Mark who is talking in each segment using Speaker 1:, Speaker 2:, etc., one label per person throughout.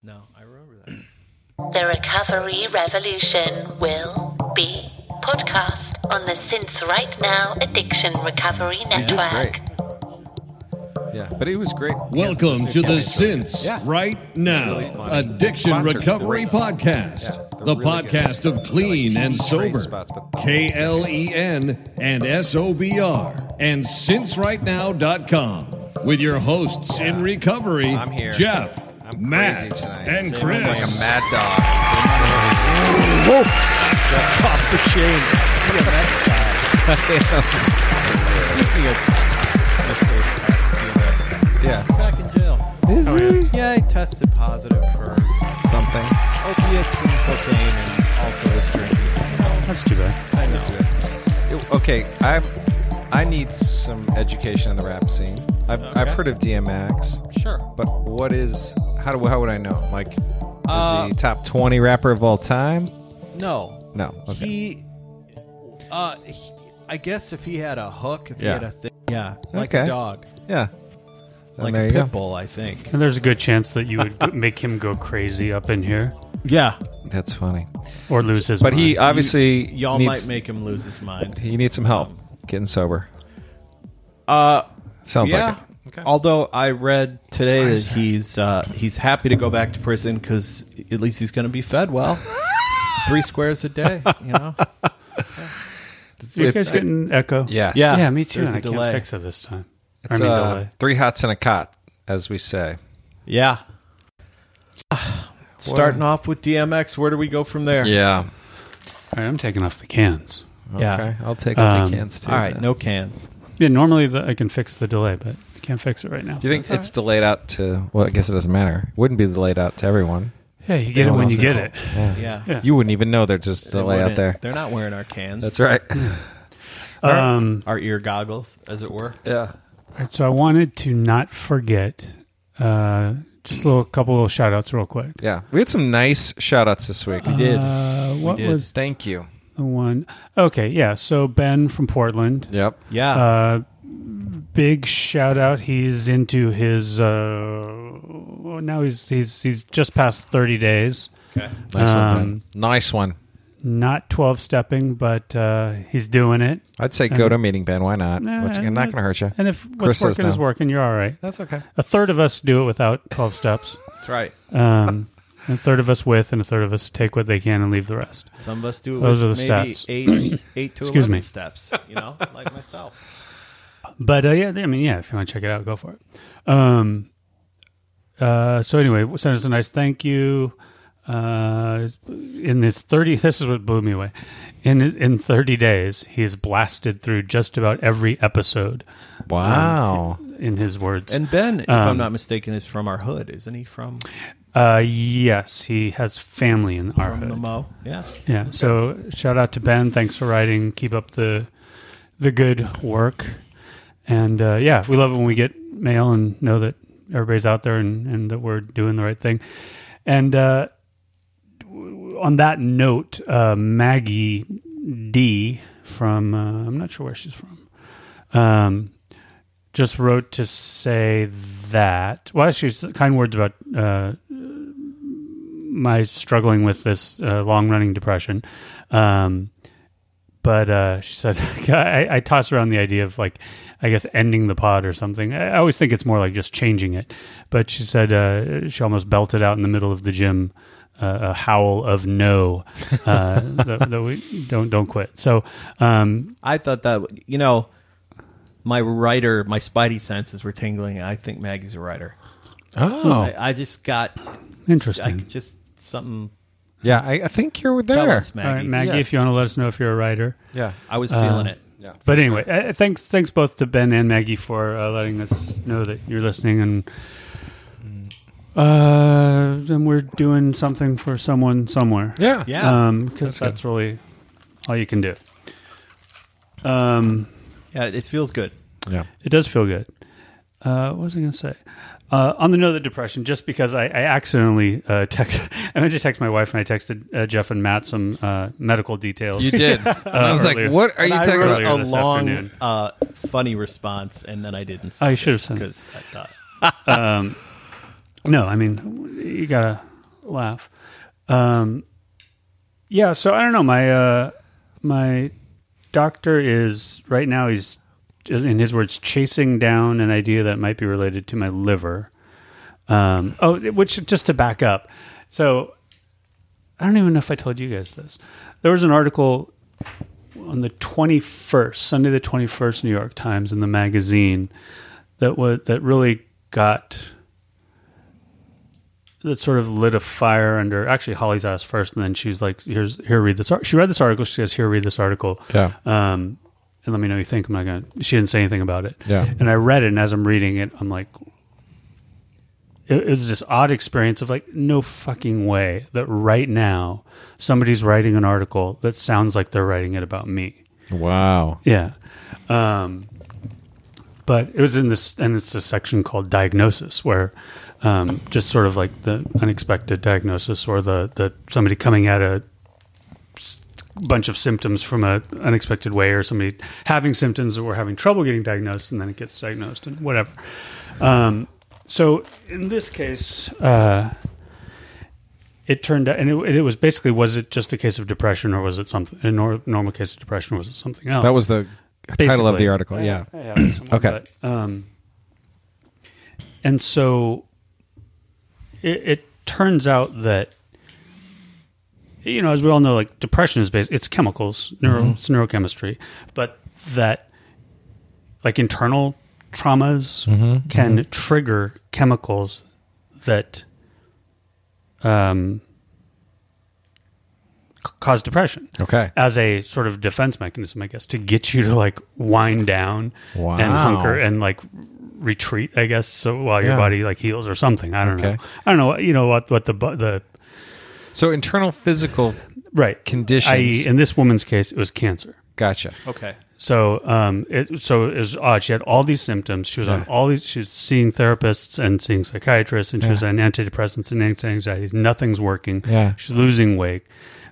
Speaker 1: No, I remember that.
Speaker 2: The Recovery Revolution will be podcast on the Since Right Now Addiction Recovery
Speaker 3: You did
Speaker 2: Network.
Speaker 3: great. Yeah, but it was great.
Speaker 4: Welcome to the
Speaker 3: Sins.
Speaker 4: Since
Speaker 3: Yeah.
Speaker 4: Right Now
Speaker 3: really funny.
Speaker 4: Addiction
Speaker 3: Sponsored.
Speaker 4: Recovery
Speaker 3: Great.
Speaker 4: Podcast,
Speaker 3: Yeah, they're
Speaker 4: the
Speaker 3: really
Speaker 4: podcast
Speaker 3: good.
Speaker 4: of clean
Speaker 3: They're like
Speaker 4: and
Speaker 3: TV
Speaker 4: sober,
Speaker 3: train spots, but thought-
Speaker 4: K L E N and S O B R, and sincerightnow.com with your hosts in recovery,
Speaker 3: I'm here.
Speaker 4: Jeff,
Speaker 3: I'm crazy
Speaker 4: Matt,
Speaker 3: tonight.
Speaker 4: and
Speaker 3: I'm like a
Speaker 4: Chris.
Speaker 3: mad dog. Whoa. Jeff off the chain.
Speaker 1: Speaking of,
Speaker 3: Yeah. Oh,
Speaker 1: back in jail.
Speaker 3: Is he?
Speaker 1: Yeah, I tested positive for
Speaker 3: Something.
Speaker 1: opiates and cocaine and also this drink.
Speaker 5: That's too bad.
Speaker 1: I know.
Speaker 3: Let's do it. It- Okay, I I need some education in the rap scene. I've, I've
Speaker 1: Okay.
Speaker 3: heard of DMX,
Speaker 1: Sure.
Speaker 3: but what is how do how would I know? Like, is
Speaker 1: Uh,
Speaker 3: he top twenty rapper of all time?
Speaker 1: No.
Speaker 3: No. Okay.
Speaker 1: He, uh, he, I guess if he had a hook, if
Speaker 3: Yeah.
Speaker 1: he had a thing, yeah, like a
Speaker 3: Okay.
Speaker 1: dog,
Speaker 3: yeah. Then
Speaker 1: like
Speaker 3: there
Speaker 1: a
Speaker 3: you go.
Speaker 1: pit bull, I think.
Speaker 5: And there's a good chance that you would go- make him go crazy up in here
Speaker 1: Yeah,
Speaker 3: That's funny.
Speaker 5: or lose his
Speaker 3: But he uh,
Speaker 5: mind.
Speaker 3: obviously
Speaker 1: y'all
Speaker 3: needs,
Speaker 1: might make him lose his mind.
Speaker 3: he needs some help getting sober.
Speaker 1: Uh,
Speaker 3: Sounds
Speaker 1: yeah.
Speaker 3: like it.
Speaker 1: Although I read today that he's uh, he's happy to go back to prison because at least he's going to be fed well, three squares a day. You know,
Speaker 5: You
Speaker 3: It's-
Speaker 5: guys getting echo?
Speaker 3: Yes.
Speaker 1: Yeah.
Speaker 5: Yeah, me too.
Speaker 1: There's
Speaker 5: and
Speaker 1: a
Speaker 5: I
Speaker 1: delay.
Speaker 5: can't fix it this time.
Speaker 3: It's,
Speaker 5: I mean,
Speaker 3: uh,
Speaker 5: delay.
Speaker 3: three hots and a cot, as we say.
Speaker 1: yeah. Starting off with DMX, where do we go from there?
Speaker 3: Yeah.
Speaker 5: All right, I'm taking off the cans.
Speaker 1: Yeah.
Speaker 3: Okay. I'll take out
Speaker 5: Um,
Speaker 3: the cans too.
Speaker 1: All right,
Speaker 3: then.
Speaker 1: no cans.
Speaker 5: Yeah, normally the, I can fix the delay, but I can't fix it right now.
Speaker 3: Do you think it's delayed out to? Well, I guess it doesn't matter. It wouldn't be delayed out to everyone.
Speaker 5: Yeah, you get it when you get it.
Speaker 1: Yeah,
Speaker 5: Yeah.
Speaker 3: You wouldn't even know there's just a
Speaker 1: They
Speaker 3: delay out
Speaker 1: wouldn't-
Speaker 3: there.
Speaker 1: They're not wearing our cans.
Speaker 3: That's right.
Speaker 5: Um,
Speaker 1: our ear goggles, as it were.
Speaker 3: Yeah.
Speaker 5: all right, so I wanted to not forget uh, just a little couple little shout outs real quick.
Speaker 3: Yeah. We had some nice shout outs this week.
Speaker 1: We did.
Speaker 5: Uh, what
Speaker 1: did.
Speaker 5: was
Speaker 3: Thank you.
Speaker 5: the one? Okay, yeah. So Ben from Portland.
Speaker 3: Yep.
Speaker 1: yeah.
Speaker 5: Uh, big shout out. He's into his. Uh, well, now he's he's he's just past thirty days.
Speaker 1: okay.
Speaker 3: Nice one.
Speaker 5: Um,
Speaker 3: Ben. Nice one.
Speaker 5: Not twelve stepping, but uh, he's doing it.
Speaker 3: I'd say go to a meeting, Ben. Why not?
Speaker 5: Nah,
Speaker 3: What's not going to hurt you?
Speaker 5: And if what's
Speaker 3: Chris says
Speaker 5: working is
Speaker 3: no.
Speaker 5: working, you're all right.
Speaker 3: That's okay.
Speaker 5: A third of us do it without twelve steps.
Speaker 1: That's right.
Speaker 5: Um, and a third of us with, and a third of us take what they can and leave the rest.
Speaker 1: Some of us do it
Speaker 5: Those
Speaker 1: with
Speaker 5: are the
Speaker 1: maybe
Speaker 5: stats.
Speaker 1: eight, eight to
Speaker 5: Excuse
Speaker 1: eleven
Speaker 5: me.
Speaker 1: steps. You know, like myself.
Speaker 5: But uh, yeah, I mean, yeah, if you want to check it out, go for it. Um, uh, so anyway, send us a nice thank you. Uh, in this thirty, this is what blew me away. In in thirty days, he's blasted through just about every episode.
Speaker 3: Wow.
Speaker 5: In his words,
Speaker 1: And Ben, if I'm
Speaker 5: Um,
Speaker 1: not mistaken, is from our hood, isn't he? From
Speaker 5: uh, yes, he has family in our
Speaker 1: from the
Speaker 5: hood.
Speaker 1: Mo? Yeah.
Speaker 5: Yeah. So shout out to Ben. Thanks for writing. Keep up the the good work. And uh, yeah, we love it when we get mail and know that everybody's out there and, and that we're doing the right thing. And uh, on that note, uh, Maggie D from uh, I'm not sure where she's from. Um, just wrote to say that. Well, she's kind words about uh, my struggling with this uh, long running depression. Um, but uh, she said, I, I toss around the idea of like, I guess ending the pod or something. I I always think it's more like just changing it. But she said uh, she almost belted out in the middle of the gym uh, a howl of no uh, that, that we don't don't quit. So um,
Speaker 1: I thought that you know, my writer, my spidey senses were tingling. and I think Maggie's a writer.
Speaker 3: Oh.
Speaker 1: I, I just got, I
Speaker 5: interesting.
Speaker 1: just something.
Speaker 3: yeah. I, I think you're
Speaker 1: Tell
Speaker 3: there.
Speaker 1: us,
Speaker 5: All
Speaker 1: Maggie.
Speaker 5: right, Maggie,
Speaker 3: yes.
Speaker 5: if you want to let us know if you're a writer.
Speaker 3: Yeah.
Speaker 1: I was feeling it.
Speaker 5: But anyway, uh, thanks thanks both to Ben and Maggie for uh, letting us know that you're listening and uh, and we're doing something for someone somewhere.
Speaker 3: Yeah.
Speaker 1: Yeah.
Speaker 5: Um, because that's really all you can do. Um,
Speaker 1: yeah. It feels good.
Speaker 3: Yeah.
Speaker 5: it does feel good. Uh, what was I going to say? Uh, on the note of the depression, just because I, I accidentally uh, text, I meant to text my wife and I texted uh, Jeff and Matt some uh, medical details.
Speaker 3: You did. And I was
Speaker 5: Uh, earlier.
Speaker 3: like, what are you
Speaker 1: I
Speaker 3: talking
Speaker 1: wrote
Speaker 3: about?
Speaker 5: earlier
Speaker 1: a
Speaker 5: this
Speaker 1: long,
Speaker 5: afternoon.
Speaker 1: uh, funny response, and then I didn't.
Speaker 5: I should have sent it.
Speaker 1: because I thought
Speaker 5: No, I mean you gotta laugh. Um, yeah, so I don't know. My uh, my doctor is right now. He's in his words chasing down an idea that might be related to my liver. Um, oh, which just to back up, so I don't even know if I told you guys this. There was an article on the 21st, Sunday the 21st, New York Times in the magazine that was that really got that sort of lit a fire under actually Holly's asked first and then she's like here's here read this ar-. she read this article she says here read this article
Speaker 6: Yeah.
Speaker 5: um and let me know what you think I'm not gonna she didn't say anything about it
Speaker 6: Yeah.
Speaker 5: and I read it and as I'm reading it I'm like it, it was this odd experience of like no fucking way that right now somebody's writing an article that sounds like they're writing it about me
Speaker 6: Wow.
Speaker 5: yeah. Um, but it was in this, and it's a section called diagnosis, where um, just sort of like the unexpected diagnosis or the, the somebody coming at a s- bunch of symptoms from a unexpected way, or somebody having symptoms or having trouble getting diagnosed, and then it gets diagnosed and whatever. Um, so in this case, uh, it turned out, and it, it was basically, was it just a case of depression, or was it something a nor- normal case of depression, or was it something else?
Speaker 6: That was the title of
Speaker 5: Basically.
Speaker 6: the article. Yeah.
Speaker 5: Yeah, yeah, somewhat,
Speaker 6: Okay.
Speaker 5: but, um, and so it, it turns out that you know, as we all know, like depression is based. It's chemicals,
Speaker 6: Mm-hmm.
Speaker 5: neuro, it's neurochemistry, but that like internal traumas
Speaker 6: Mm-hmm,
Speaker 5: can trigger chemicals that um, c- cause depression
Speaker 6: Okay.
Speaker 5: as a sort of defense mechanism, I guess, to get you to like wind down
Speaker 6: Wow.
Speaker 5: and hunker and like retreat, I guess. So while your
Speaker 6: Yeah.
Speaker 5: body like heals or something, I don't
Speaker 6: Okay.
Speaker 5: know. I don't know. You know what? What the bu- the
Speaker 6: So internal physical.
Speaker 5: right
Speaker 6: Conditions.
Speaker 5: I.e., in this woman's case, it was cancer.
Speaker 6: Gotcha.
Speaker 1: Okay.
Speaker 5: So, um, it, so it was odd. She had all these symptoms. She was on all these. She was seeing therapists and seeing psychiatrists, and she was on antidepressants and anti-anxieties. Nothing's working.
Speaker 6: Yeah.
Speaker 5: she's losing weight.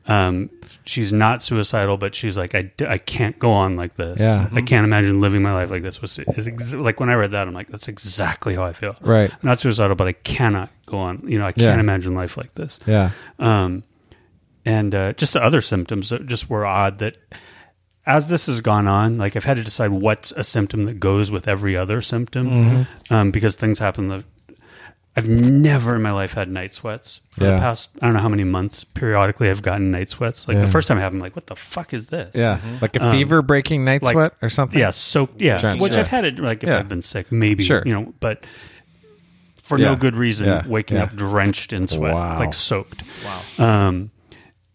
Speaker 5: Um, she's not suicidal, but she's like, I, d- I can't go on like this.
Speaker 6: Yeah.
Speaker 5: I can't imagine living my life like this. Was is ex- like when I read that, I'm like, that's exactly how I feel.
Speaker 6: Right.
Speaker 5: I'm not suicidal, but I cannot go on. You know, I can't
Speaker 6: Yeah.
Speaker 5: imagine life like this
Speaker 6: Yeah.
Speaker 5: um, and uh, just the other symptoms that just were odd that as this has gone on like i've had to decide what's a symptom that goes with every other symptom
Speaker 6: Mm-hmm.
Speaker 5: um, because things happen that i've never in my life had night sweats for the
Speaker 6: Yeah.
Speaker 5: past i don't know how many months periodically i've gotten night sweats like
Speaker 6: Yeah.
Speaker 5: the first time i had them like what the fuck is this
Speaker 6: Yeah. Like a fever breaking night
Speaker 5: Mm-hmm. Um, like-
Speaker 6: sweat or something.
Speaker 5: yeah, so yeah,
Speaker 6: Trench,
Speaker 5: which
Speaker 6: yeah.
Speaker 5: I've had it like if
Speaker 6: Yeah.
Speaker 5: I've been sick, maybe
Speaker 6: Sure.
Speaker 5: you know, but for
Speaker 6: Yeah.
Speaker 5: no good reason,
Speaker 6: Yeah.
Speaker 5: waking
Speaker 6: Yeah.
Speaker 5: up drenched in sweat,
Speaker 6: Wow.
Speaker 5: like soaked. Wow. Um,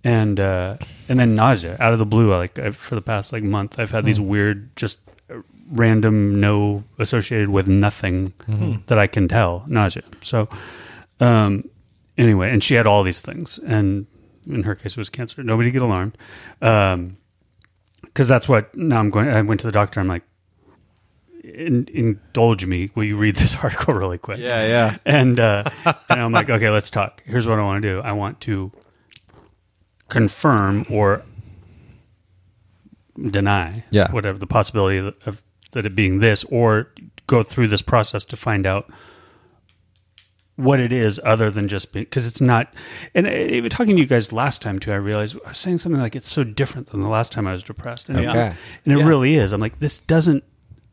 Speaker 5: and uh, and then nausea out of the blue. Like I've, for the past like month, I've had these
Speaker 6: Hmm.
Speaker 5: weird, just uh, random, no associated with nothing
Speaker 6: Hmm.
Speaker 5: that I can tell nausea. So um, anyway, and she had all these things, and in her case, it was cancer. Nobody get alarmed. Um, because that's what now I'm going. I went to the doctor. I'm like, in, indulge me. Will you read this article really quick?
Speaker 6: Yeah. Yeah.
Speaker 5: And uh, and I'm like, okay, let's talk. Here's what I want to do. I want to confirm or deny,
Speaker 6: Yeah.
Speaker 5: whatever the possibility of, of that it being this, or go through this process to find out what it is other than just because it's not and I, I- talking to you guys last time too i realized i was saying something like it's so different than the last time i was depressed and,
Speaker 6: Okay.
Speaker 5: and it really is i'm like this doesn't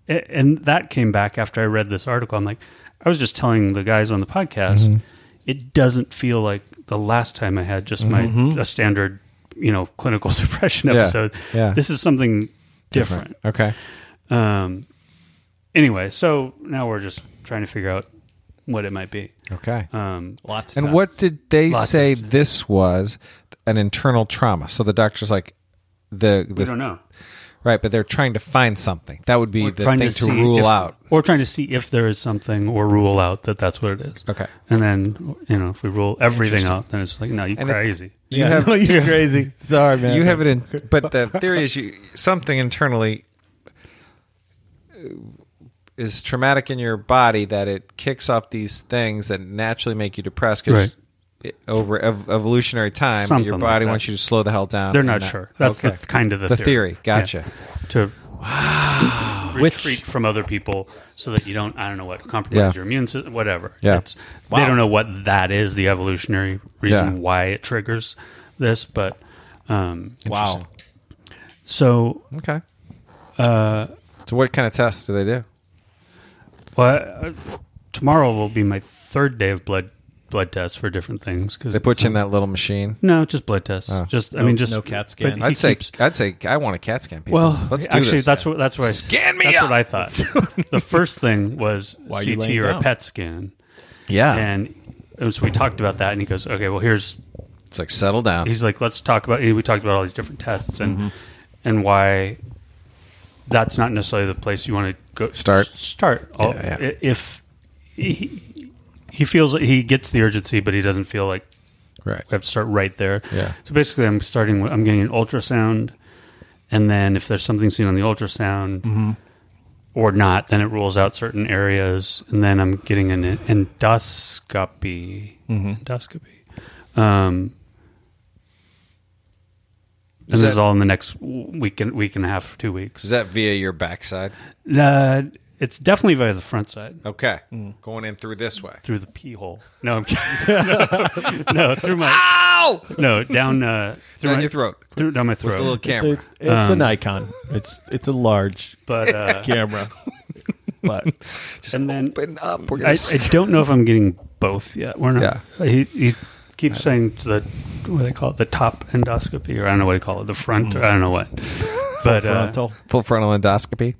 Speaker 5: a- and that came back after i read this article i'm like i was just telling the guys on the podcast
Speaker 6: Mm-hmm.
Speaker 5: it doesn't feel like the last time i had just my a standard you know clinical depression
Speaker 6: Mm-hmm. Yeah.
Speaker 5: episode
Speaker 6: Yeah.
Speaker 5: this is something different.
Speaker 6: Okay.
Speaker 5: Um, anyway, so now we're just trying to figure out what it might be.
Speaker 6: Okay.
Speaker 5: Um,
Speaker 1: Lots. Of
Speaker 6: And
Speaker 1: times.
Speaker 6: what did they
Speaker 5: Lots
Speaker 6: say
Speaker 5: of-
Speaker 6: this was? An internal trauma. So the doctor's like, the,
Speaker 5: we
Speaker 6: the
Speaker 5: don't know.
Speaker 6: right, but they're trying to find something. That would be
Speaker 5: We're
Speaker 6: the thing to,
Speaker 5: see
Speaker 6: rule
Speaker 5: if-
Speaker 6: out.
Speaker 5: Or trying to see if there is something or rule out that that's what it is.
Speaker 6: Okay.
Speaker 5: And then, you know, if we rule everything out, then it's like, no, you're
Speaker 6: And if-
Speaker 5: crazy.
Speaker 1: You have you crazy. Sorry, man.
Speaker 6: You have it in, but the theory is you something internally uh, is traumatic in your body that it kicks off these things that naturally make you depressed because over ev- evolutionary time,
Speaker 5: Something
Speaker 6: your
Speaker 5: like
Speaker 6: body
Speaker 5: that.
Speaker 6: wants you to slow the hell down.
Speaker 5: They're
Speaker 6: and
Speaker 5: not sure. That's the
Speaker 6: Okay.
Speaker 5: th- kind of the,
Speaker 6: The
Speaker 5: theory.
Speaker 6: theory. Gotcha.
Speaker 5: Yeah. To retreat from other people so that you don't I don't know what compromise
Speaker 6: Yeah.
Speaker 5: your immune system whatever.
Speaker 6: Yeah.
Speaker 5: It's, They don't know what that is the evolutionary reason
Speaker 6: Yeah.
Speaker 5: why it triggers this, but um,
Speaker 1: Wow.
Speaker 5: so
Speaker 6: Okay. Uh, so what kind of tests do they do?
Speaker 5: well, uh, tomorrow will be my third day of blood blood tests for different things because
Speaker 6: They put you in that little machine.
Speaker 5: no just blood tests just I mean just
Speaker 1: no CAT
Speaker 5: but
Speaker 1: scan.
Speaker 5: he
Speaker 1: He
Speaker 6: I'd say
Speaker 5: keeps-
Speaker 6: I'd say I want a CAT scan. People.
Speaker 5: Well,
Speaker 6: let's do
Speaker 5: actually,
Speaker 6: this.
Speaker 5: that's what that's what I,
Speaker 6: Scan me
Speaker 5: That's
Speaker 6: up!
Speaker 5: what I thought. the first thing was
Speaker 1: Why are you
Speaker 5: CT
Speaker 1: laying
Speaker 5: or a
Speaker 1: down?
Speaker 5: PET scan,
Speaker 6: yeah.
Speaker 5: and and so we talked about that, and he goes, "Okay, well, here's."
Speaker 6: it's like settle down.
Speaker 5: He's like, "Let's talk about." We talked about all these different tests and
Speaker 6: Mm-hmm.
Speaker 5: and why that's not necessarily the place you want to go
Speaker 6: Start.
Speaker 5: Start all,
Speaker 6: Yeah, yeah.
Speaker 5: i- if he, he feels he gets the urgency, but he doesn't feel like
Speaker 6: Right.
Speaker 5: we have to start right there.
Speaker 6: Yeah.
Speaker 5: So basically, I'm starting. With, I'm getting an ultrasound, and then if there's something seen on the ultrasound
Speaker 6: Mm-hmm.
Speaker 5: or not, then it rules out certain areas, and then I'm getting an endoscopy.
Speaker 6: Mm-hmm.
Speaker 5: Endoscopy. Um, and
Speaker 6: Is
Speaker 5: this is
Speaker 6: that-
Speaker 5: all in the next w- week and week and a half, two
Speaker 6: Is
Speaker 5: weeks.
Speaker 6: that via your backside?
Speaker 5: Uh, it's definitely via the front side
Speaker 6: Okay, going in through this way.
Speaker 5: through the pee hole. No, I'm kidding. no, through my
Speaker 6: Ow!
Speaker 5: no down uh, through
Speaker 6: Down
Speaker 5: my,
Speaker 6: your throat.
Speaker 5: through down my
Speaker 6: With
Speaker 5: throat.
Speaker 6: a little camera.
Speaker 1: it's an icon. It's it's a large
Speaker 5: but uh,
Speaker 1: camera. But
Speaker 5: and then
Speaker 6: Open up. We're gonna
Speaker 5: I, I
Speaker 6: sc-
Speaker 5: don't know if I'm getting both yet. We're not. He, he keeps saying the what do they call it the top endoscopy or I don't know what they call it the front or I don't know what. But uh,
Speaker 1: frontal
Speaker 6: Full frontal endoscopy.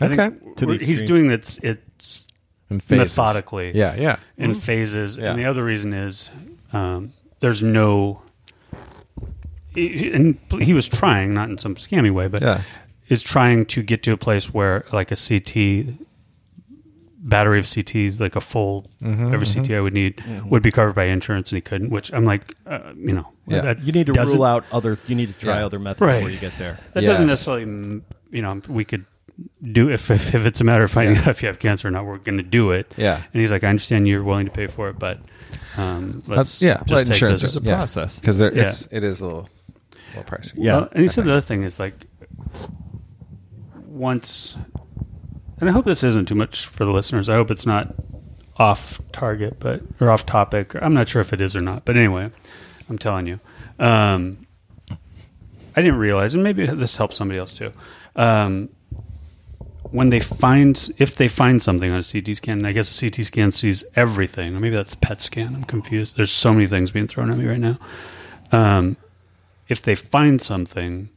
Speaker 5: I think
Speaker 6: Okay.
Speaker 1: To the
Speaker 5: we're- he's
Speaker 1: extreme.
Speaker 5: doing it's it's
Speaker 6: And phases.
Speaker 5: methodically.
Speaker 6: Yeah, yeah.
Speaker 5: in phases,
Speaker 6: Mm-hmm. Yeah.
Speaker 5: and the other reason is um, there's no. he- And he was trying, not in some scammy way, but
Speaker 6: Yeah.
Speaker 5: is trying to get to a place where, like a CT battery of CTs, like a full
Speaker 6: Mm-hmm,
Speaker 5: every CT I would need, would be covered by insurance, and he couldn't. Which I'm like, uh, you know,
Speaker 6: Yeah.
Speaker 5: that
Speaker 1: you need to
Speaker 5: doesn't-
Speaker 1: rule out other you need to try
Speaker 6: Yeah.
Speaker 1: other methods
Speaker 5: Right.
Speaker 1: before you get there.
Speaker 5: That doesn't
Speaker 6: Yes.
Speaker 5: necessarily, mm, you know, we could do if if, if it's a matter of finding out if you have cancer or not. We're going to do it.
Speaker 6: Yeah.
Speaker 5: And he's like, I understand you're willing to pay for it, but um, let's
Speaker 6: That's, Uh, yeah,
Speaker 5: just
Speaker 6: let
Speaker 5: take
Speaker 6: insurance.
Speaker 5: this.
Speaker 1: a process.
Speaker 6: because yeah.
Speaker 5: Yeah.
Speaker 6: it's it is a little, a little pricey.
Speaker 1: Yeah.
Speaker 5: Well, and he said the other thing is like once, and I hope this isn't too much for the listeners. I hope it's not off target, but or off topic. I'm not sure if it is or not, but anyway, I'm telling you. Um, I didn't realize, and maybe this helps somebody else too. Um, when they find, if they find something on a CT scan, and I guess a CT scan sees everything. Or maybe that's a PET scan. I'm confused. There's so many things being thrown at me right now Um, if they find something,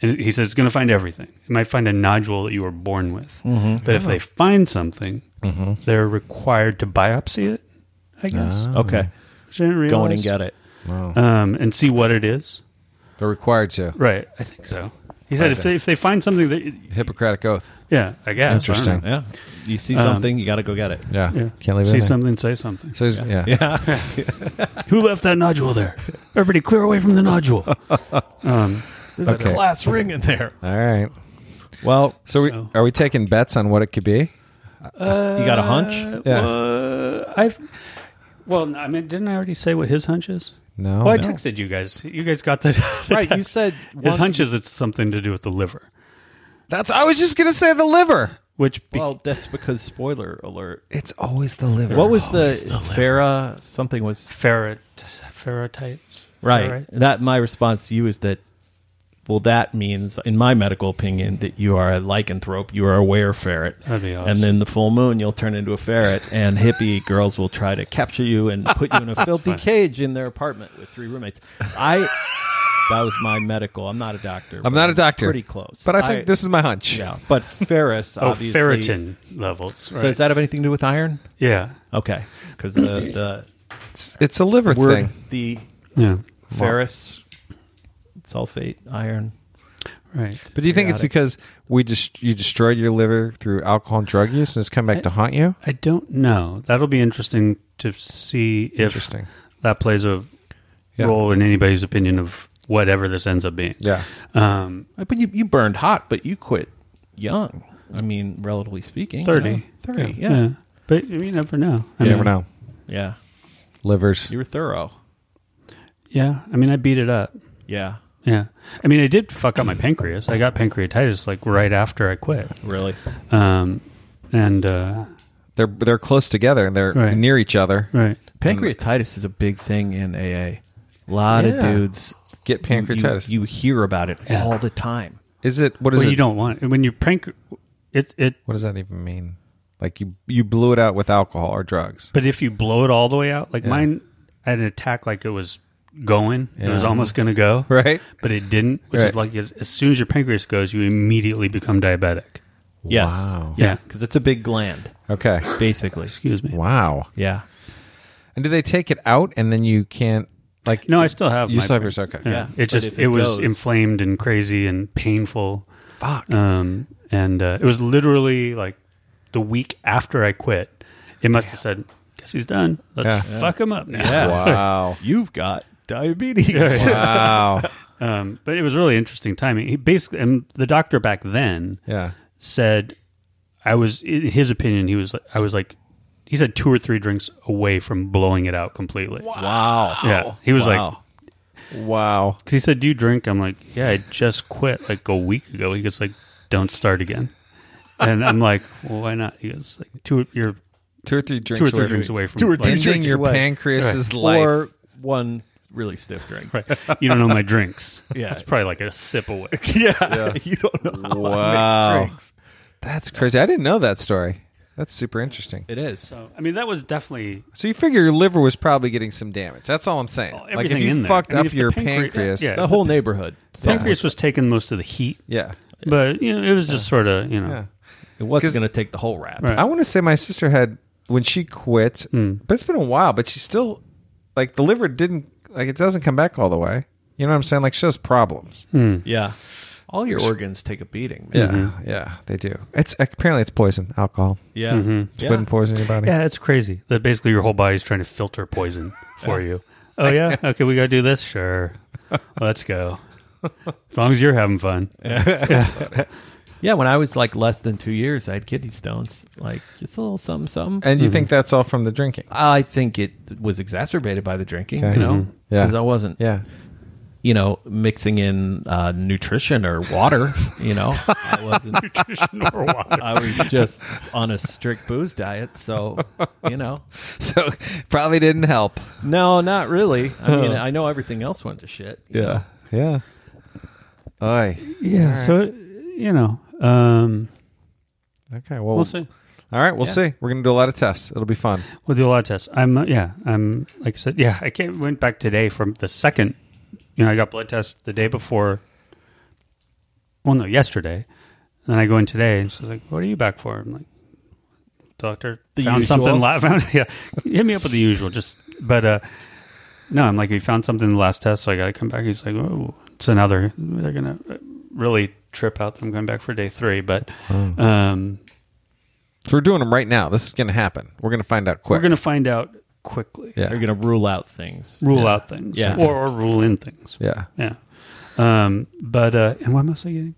Speaker 5: and he says it's going to find everything. It might find a nodule that you were born with,
Speaker 6: Mm-hmm.
Speaker 5: but if they find something, they're required to biopsy it.
Speaker 6: Ah.
Speaker 5: I guess
Speaker 1: Okay.
Speaker 5: Which I didn't realize.
Speaker 1: Going and get it.
Speaker 5: um, and see what it is.
Speaker 6: They're required to.
Speaker 5: Right, I think so. He said if they, if they find something that
Speaker 6: Hippocratic oath.
Speaker 5: yeah, I guess I don't
Speaker 6: Interesting.
Speaker 5: know.
Speaker 1: Yeah. You see something, you got to go get it.
Speaker 6: Yeah.
Speaker 5: Yeah.
Speaker 6: Can't leave it.
Speaker 5: see
Speaker 6: in there.
Speaker 5: something, say something.
Speaker 6: So he's, yeah.
Speaker 1: Yeah.
Speaker 5: Who left that nodule there? Everybody, clear away from the nodule.
Speaker 1: There's
Speaker 6: Okay.
Speaker 1: a class ring in there.
Speaker 6: All right.
Speaker 1: Well,
Speaker 6: So,
Speaker 5: So-
Speaker 6: We, are we taking bets on what it could be?
Speaker 1: you got a hunch?
Speaker 6: Yeah.
Speaker 5: Uh, I've well, I mean, didn't I already say what his hunch is?
Speaker 6: No.
Speaker 5: Well, I
Speaker 6: No.
Speaker 5: texted you guys. You guys got the
Speaker 1: Right, you said
Speaker 5: his
Speaker 1: one-
Speaker 5: hunch is it's something to do with the liver,
Speaker 6: That's. I was just gonna say the liver.
Speaker 5: which be-
Speaker 1: Well, that's because spoiler alert.
Speaker 6: It's always the liver.
Speaker 1: What was the Farah something was
Speaker 5: ferret ferritites,
Speaker 1: Right.
Speaker 5: ferrites?
Speaker 1: That my response to you is that well that means in my medical opinion that you are a lycanthrope, you are a were ferret.
Speaker 5: That'd be awesome.
Speaker 1: And then the full moon you'll turn into a ferret and hippie girls will try to capture you and put you in a filthy cage in their apartment with three roommates. I that was my medical. I'm not a doctor.
Speaker 6: I'm
Speaker 1: but
Speaker 6: not a doctor.
Speaker 1: Pretty close.
Speaker 6: But I think this is my hunch.
Speaker 1: yeah. But ferrous
Speaker 5: Oh,
Speaker 1: obviously
Speaker 5: ferritin levels. Right?
Speaker 1: So does that have anything to do with iron?
Speaker 5: yeah,
Speaker 1: Okay. Because the,
Speaker 6: It's, it's a liver
Speaker 1: the word
Speaker 6: thing.
Speaker 1: the
Speaker 5: yeah,
Speaker 1: ferrous sulfate iron
Speaker 5: right.
Speaker 6: But do you think it's because we just you destroyed your liver through alcohol and drug use and it's come back to haunt you?
Speaker 5: I don't know. That'll be interesting to see if
Speaker 6: Interesting.
Speaker 5: that plays a
Speaker 6: Yeah.
Speaker 5: role in anybody's opinion of whatever this ends up being.
Speaker 6: Yeah.
Speaker 5: Um,
Speaker 1: But you, you burned hot, but you quit young. I mean, relatively speaking, you
Speaker 5: 30.
Speaker 1: know? thirty,
Speaker 5: yeah.
Speaker 1: yeah. yeah,
Speaker 5: But you never know. I
Speaker 6: You
Speaker 5: mean,
Speaker 6: never know. Livers.
Speaker 1: You were thorough.
Speaker 5: Yeah. I mean, I beat it up.
Speaker 1: Yeah,
Speaker 5: Yeah. I mean, I did fuck up my pancreas. I got pancreatitis like right after I quit.
Speaker 1: Really?
Speaker 5: Um, and uh,
Speaker 3: They're they're close together and they're
Speaker 5: Right.
Speaker 3: near each other.
Speaker 5: right.
Speaker 1: Pancreatitis is a big thing in AA. A lot of
Speaker 3: Yeah.
Speaker 1: dudes
Speaker 3: Get
Speaker 1: you-
Speaker 3: pancreatitis.
Speaker 1: You, hear about it all the time.
Speaker 3: is it what is
Speaker 5: Well,
Speaker 3: it?
Speaker 5: you don't want when you prank. It it.
Speaker 3: what does that even mean? Like you you blew it out with alcohol or drugs.
Speaker 5: But if you blow it all the way out, like mine, I had an attack like it was going. It was almost going to go.
Speaker 3: Right.
Speaker 5: But it didn't, which
Speaker 3: Right.
Speaker 5: is like as, as soon as your pancreas goes, you immediately become diabetic.
Speaker 1: Yes.
Speaker 3: Wow.
Speaker 5: Yeah.
Speaker 1: Because it's a big gland,
Speaker 3: Okay.
Speaker 1: basically.
Speaker 5: Excuse me.
Speaker 3: Wow.
Speaker 1: Yeah.
Speaker 3: And do they take it out and then you can't like
Speaker 5: No, I still have.
Speaker 3: you
Speaker 5: my
Speaker 3: still have
Speaker 5: pan-
Speaker 3: yours okay.
Speaker 5: Yeah.
Speaker 1: Yeah, but
Speaker 5: It just
Speaker 1: if
Speaker 5: it,
Speaker 1: it
Speaker 5: was
Speaker 1: goes-
Speaker 5: inflamed and crazy and painful.
Speaker 3: Fuck.
Speaker 5: Um, and uh, it was literally like the week after I quit. It must have said, "Guess he's done. Let's
Speaker 3: Yeah.
Speaker 5: fuck him up now."
Speaker 1: Yeah.
Speaker 3: Wow.
Speaker 1: You've got diabetes.
Speaker 3: wow.
Speaker 5: Um, but it was really interesting timing. He basically, and the doctor back then
Speaker 3: Yeah.
Speaker 5: said, "I was." In his opinion, he was. like- I was like, he said two or three drinks away from blowing it out completely.
Speaker 3: Wow.
Speaker 5: Yeah, he was like,
Speaker 1: Wow.
Speaker 3: Wow.
Speaker 5: Because he said, "Do you drink?" I'm like, "Yeah, I just quit like a week ago." He goes like, "Don't start again," and I'm like, "Well, why not?" He goes like, two, you're
Speaker 3: Two or three drinks
Speaker 5: two or three
Speaker 3: away.
Speaker 5: drinks away from
Speaker 1: Two or three
Speaker 5: like,
Speaker 3: Ending
Speaker 1: drinks
Speaker 3: your
Speaker 1: away.
Speaker 3: pancreas's life.
Speaker 1: Or one really stiff drink.
Speaker 5: you don't know my drinks."
Speaker 1: Yeah.
Speaker 5: it's probably like a sip away.
Speaker 1: Yeah. you don't know how
Speaker 3: Wow.
Speaker 1: I mix drinks.
Speaker 3: That's crazy. I didn't know that story. That's super interesting.
Speaker 1: It is.
Speaker 5: So, I mean, that was definitely
Speaker 3: So you figure your liver was probably getting some damage. That's all I'm saying.
Speaker 5: Oh,
Speaker 3: like if
Speaker 5: everything
Speaker 3: you
Speaker 5: in there.
Speaker 3: fucked
Speaker 5: I mean,
Speaker 3: up
Speaker 5: if the
Speaker 3: your
Speaker 5: pancreas-
Speaker 3: pancreas,
Speaker 5: yeah.
Speaker 1: The whole neighborhood.
Speaker 5: pancreas was taking most of the heat,
Speaker 3: yeah.
Speaker 5: but you know, it was just sort of you know.
Speaker 3: Yeah.
Speaker 1: It wasn't going to take the whole rap.
Speaker 5: Right.
Speaker 3: I want to say my sister had when she quit,
Speaker 5: Hmm.
Speaker 3: but it's been a while. But she still like the liver didn't like it doesn't come back all the way. You know what I'm saying? Like she has problems.
Speaker 5: Hmm.
Speaker 1: Yeah. All your organs take a beating.
Speaker 3: Yeah,
Speaker 1: Man.
Speaker 3: yeah, they do. It's apparently it's poison, alcohol.
Speaker 1: Yeah.
Speaker 3: Mm-hmm. It's
Speaker 1: Yeah.
Speaker 3: putting poison in your body.
Speaker 5: Yeah, it's crazy that basically your whole body's trying to filter poison for you. Oh yeah, okay, we gotta do this. Sure, let's go. As long as you're having fun,
Speaker 1: Yeah, when I was like less than two years, I had kidney stones. Like just a little something, something.
Speaker 5: Hmm.
Speaker 3: And you think that's all from the drinking?
Speaker 1: I think it was exacerbated by the drinking,
Speaker 3: Okay.
Speaker 1: you know,
Speaker 5: Hmm.
Speaker 3: Mhm. Yeah.
Speaker 1: because I wasn't,
Speaker 3: Yeah,
Speaker 1: you know, mixing in uh, nutrition or water. You know, I wasn't.
Speaker 5: or water.
Speaker 1: I was just on a strict booze diet, so you know,
Speaker 3: so probably didn't help.
Speaker 1: no, not really. I mean, I know everything else went to shit. you know?
Speaker 3: yeah. Oi.
Speaker 5: Yeah. So you know, um,
Speaker 3: Okay. Well,
Speaker 5: we'll see.
Speaker 3: all right. We'll see. We're gonna do a lot of tests. It'll be fun.
Speaker 5: We'll do a lot of tests. I'm uh, yeah. I'm like I said. Yeah, I came, went back today from the second. You know, I got blood tests the day before. Well, no, yesterday. Then I go in today, and she's like, "What are you back for?" I'm like, "Doctor,
Speaker 1: The
Speaker 5: found
Speaker 1: usual.
Speaker 5: something. La- found, yeah, hit me up with the usual. Just but uh, no, I'm like, we found something in the last test, so I got to come back. He's like, "Oh, it's another. They're gonna uh, really trip out. that I'm going back for day three, but um,
Speaker 3: So we're doing them right now. This is gonna happen. We're gonna find out quick.
Speaker 5: we're gonna find out quickly."
Speaker 3: Yeah.
Speaker 1: They're gonna rule out things.
Speaker 5: rule out things
Speaker 1: Yeah.
Speaker 5: or, or rule in things.
Speaker 3: yeah.
Speaker 5: Yeah. Um, but, uh, and what am I also getting?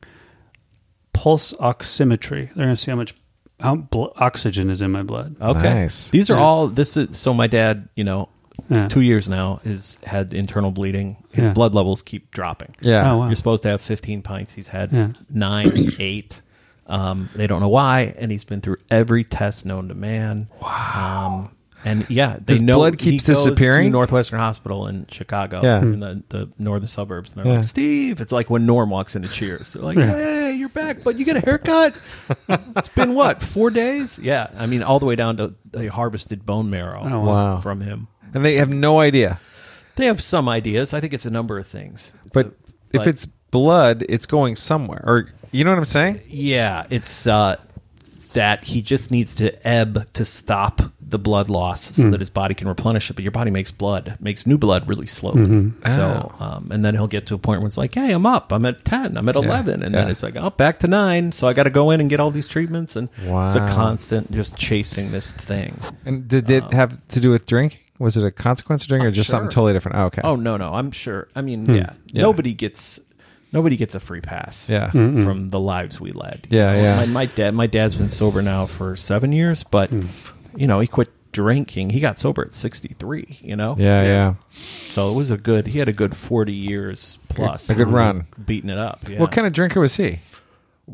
Speaker 5: Pulse oximetry. They're going to see how much how bl- oxygen is in my blood.
Speaker 1: Okay,
Speaker 3: Nice.
Speaker 1: these are
Speaker 5: Yeah.
Speaker 1: all. This is so. My dad, you know,
Speaker 5: Yeah.
Speaker 1: two years now has had internal bleeding. His
Speaker 5: Yeah.
Speaker 1: blood levels keep dropping.
Speaker 3: Yeah.
Speaker 5: Oh, wow.
Speaker 1: You're supposed to have 15 pints. He's had
Speaker 5: Yeah.
Speaker 1: nine, eight. Um, they don't know why, and he's been through every test known to man. Wow. Um, and yeah, they
Speaker 3: His
Speaker 1: know
Speaker 3: blood
Speaker 1: he
Speaker 3: keeps
Speaker 1: goes
Speaker 3: disappearing?
Speaker 1: To Northwestern Hospital in Chicago,
Speaker 3: Yeah.
Speaker 5: Hmm.
Speaker 1: in the, the northern suburbs, and they're
Speaker 3: Yeah.
Speaker 1: like, "Steve." It's like when Norm walks into Cheers. They're like, "Hey, you're back, but you get a haircut." it's been what four days? Yeah, I mean, all the way down to they harvested bone marrow
Speaker 5: Oh, wow.
Speaker 3: Wow.
Speaker 1: from him.
Speaker 3: And they have no idea.
Speaker 1: They have some ideas. I think it's a number of things. It's
Speaker 3: But
Speaker 1: a-
Speaker 3: if it's blood, it's going somewhere. Or you know what I'm saying?
Speaker 1: Yeah, it's uh, that he just needs to ebb to stop the blood loss
Speaker 3: Hmm.
Speaker 1: so that his body can replenish it. But your body makes blood, makes new blood really slowly.
Speaker 3: Mm-hmm.
Speaker 1: So, um, and then he'll get to a point where it's like, hey, I'm up. I'm at 10. I'm at 11. And then
Speaker 3: yeah.
Speaker 1: it's like, oh, back to nine. So I got to go in and get all these treatments. And it's a
Speaker 3: Wow.
Speaker 1: constant just chasing this thing.
Speaker 3: And did it have to do with drinking? Was it a consequence of drinking or just something
Speaker 1: Oh. sure.
Speaker 3: totally different? Oh, okay.
Speaker 1: Oh, no, no. I'm sure. I mean, yeah,
Speaker 3: Yeah.
Speaker 1: Nobody gets. Nobody gets a free pass
Speaker 3: Yeah.
Speaker 1: from the lives we led.
Speaker 3: Yeah, yeah.
Speaker 1: My, my dad, my dad's been sober now for seven years, but you know, he quit drinking. He got sober at sixty three. You know,
Speaker 3: Yeah, yeah.
Speaker 1: So it was a good. He had a good forty years plus.
Speaker 6: A good run.
Speaker 1: beating it up. Yeah.
Speaker 6: What kind of drinker was he?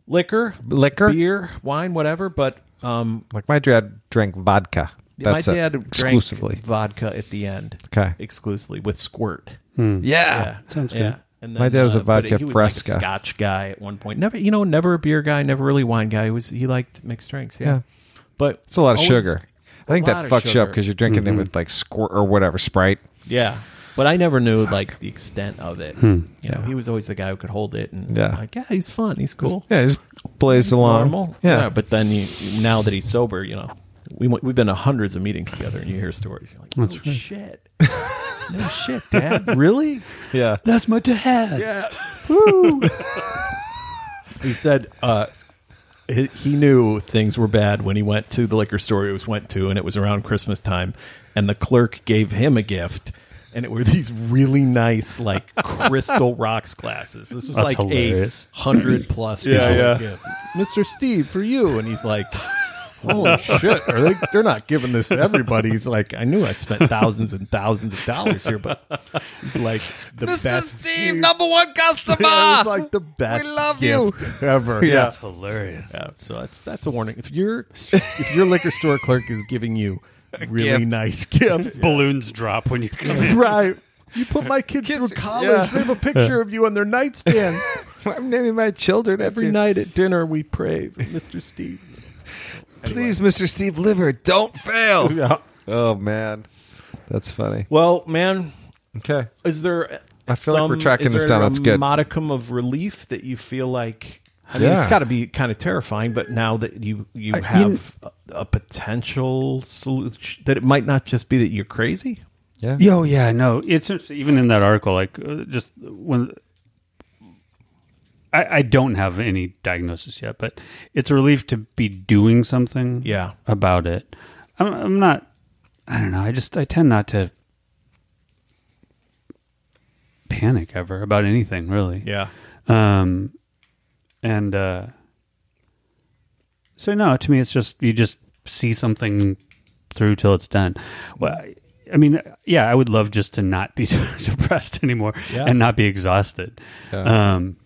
Speaker 1: liquor,
Speaker 6: Liquor?
Speaker 1: beer, wine, whatever? But um,
Speaker 6: Like my dad drank vodka. That's
Speaker 1: my
Speaker 6: it.
Speaker 1: dad drank
Speaker 6: exclusively.
Speaker 1: vodka at the end.
Speaker 6: Okay.
Speaker 1: exclusively with squirt.
Speaker 6: Yeah.
Speaker 5: Sounds
Speaker 1: yeah.
Speaker 5: good.
Speaker 1: And uh,
Speaker 6: My dad was a
Speaker 1: but
Speaker 6: vodka
Speaker 1: he was like a
Speaker 6: fresca.
Speaker 1: Scotch guy at one point. Never, you know, never a beer guy, never really wine guy. He was he liked mixed drinks? Yeah,
Speaker 6: Yeah.
Speaker 1: but
Speaker 6: It's a lot of
Speaker 1: always-
Speaker 6: sugar. I think
Speaker 1: a lot
Speaker 6: that fucks
Speaker 1: of
Speaker 6: you up
Speaker 1: sugar. Mm-hmm.
Speaker 6: because you're drinking it with like squirt or whatever Sprite.
Speaker 1: Yeah, but I never knew like the extent of it. You know, he was always the guy who could hold it, and
Speaker 6: Hmm. Yeah.
Speaker 1: yeah, like yeah, he's fun, he's cool,
Speaker 6: Yeah, just blazed along.
Speaker 1: normal.
Speaker 6: Yeah.
Speaker 1: but then you, now that he's sober, you know, we went- we've been to hundreds of meetings together, and you hear stories. You're like, no shit, no shit, Dad, really?
Speaker 6: yeah.
Speaker 1: That's my dad. Yeah. he said uh, he, he knew things were bad when he went to the liquor store he was went to, and it was around Christmas time, and the clerk gave him a gift. And it were these really nice, like crystal rocks glasses. This was
Speaker 5: That's
Speaker 1: like
Speaker 5: hilarious.
Speaker 1: a hundred plus.
Speaker 6: Yeah,
Speaker 1: dollar
Speaker 6: yeah.
Speaker 1: gift. Mr. Steve, for you. And he's like, holy shit, are they, they're not giving this to everybody. He's like, I knew I spent thousands and thousands of dollars here, but he's like the best. gift.
Speaker 6: one customer.
Speaker 1: Yeah, it's like the best.
Speaker 6: love
Speaker 1: gift ever.
Speaker 6: Yeah.
Speaker 5: That's hilarious.
Speaker 1: Yeah, So that's that's a warning. If your if your liquor store clerk is giving you really
Speaker 6: gift.
Speaker 1: nice gifts,
Speaker 5: Balloons drop when you come in.
Speaker 1: right? You put my kids
Speaker 6: Kids-
Speaker 1: through college.
Speaker 6: yeah.
Speaker 1: They have a picture of you on their nightstand.
Speaker 6: I'm naming my children
Speaker 1: Every night at dinner, we pray, for Mr. Steve.
Speaker 6: Please, Mr. Steve Liver, don't fail. Oh man, that's funny.
Speaker 1: Well, man,
Speaker 6: Okay,
Speaker 1: is there?
Speaker 6: I feel like we're tracking
Speaker 1: is
Speaker 6: this
Speaker 1: there
Speaker 6: down.
Speaker 1: A
Speaker 6: That's good.
Speaker 1: Modicum of relief that you feel like. I mean, it's
Speaker 6: Yeah.
Speaker 1: got to be kind of terrifying, but now that you you have a, a potential solution, that it might not just be that you're crazy.
Speaker 6: yeah,
Speaker 5: Yeah, Oh yeah, no. It's just, even in that article, like uh, just when I, I don't have any diagnosis yet, but it's a relief to be doing something.
Speaker 1: Yeah.
Speaker 5: about it. I'm, I'm not. I don't know. I just I tend not to panic ever about anything really.
Speaker 1: Yeah,
Speaker 5: Um, and uh, so no, to me, it's just you just see something through till it's done. Well, I- I mean, yeah, I would love just to not be depressed anymore
Speaker 1: Yeah.
Speaker 5: and not be exhausted. Um,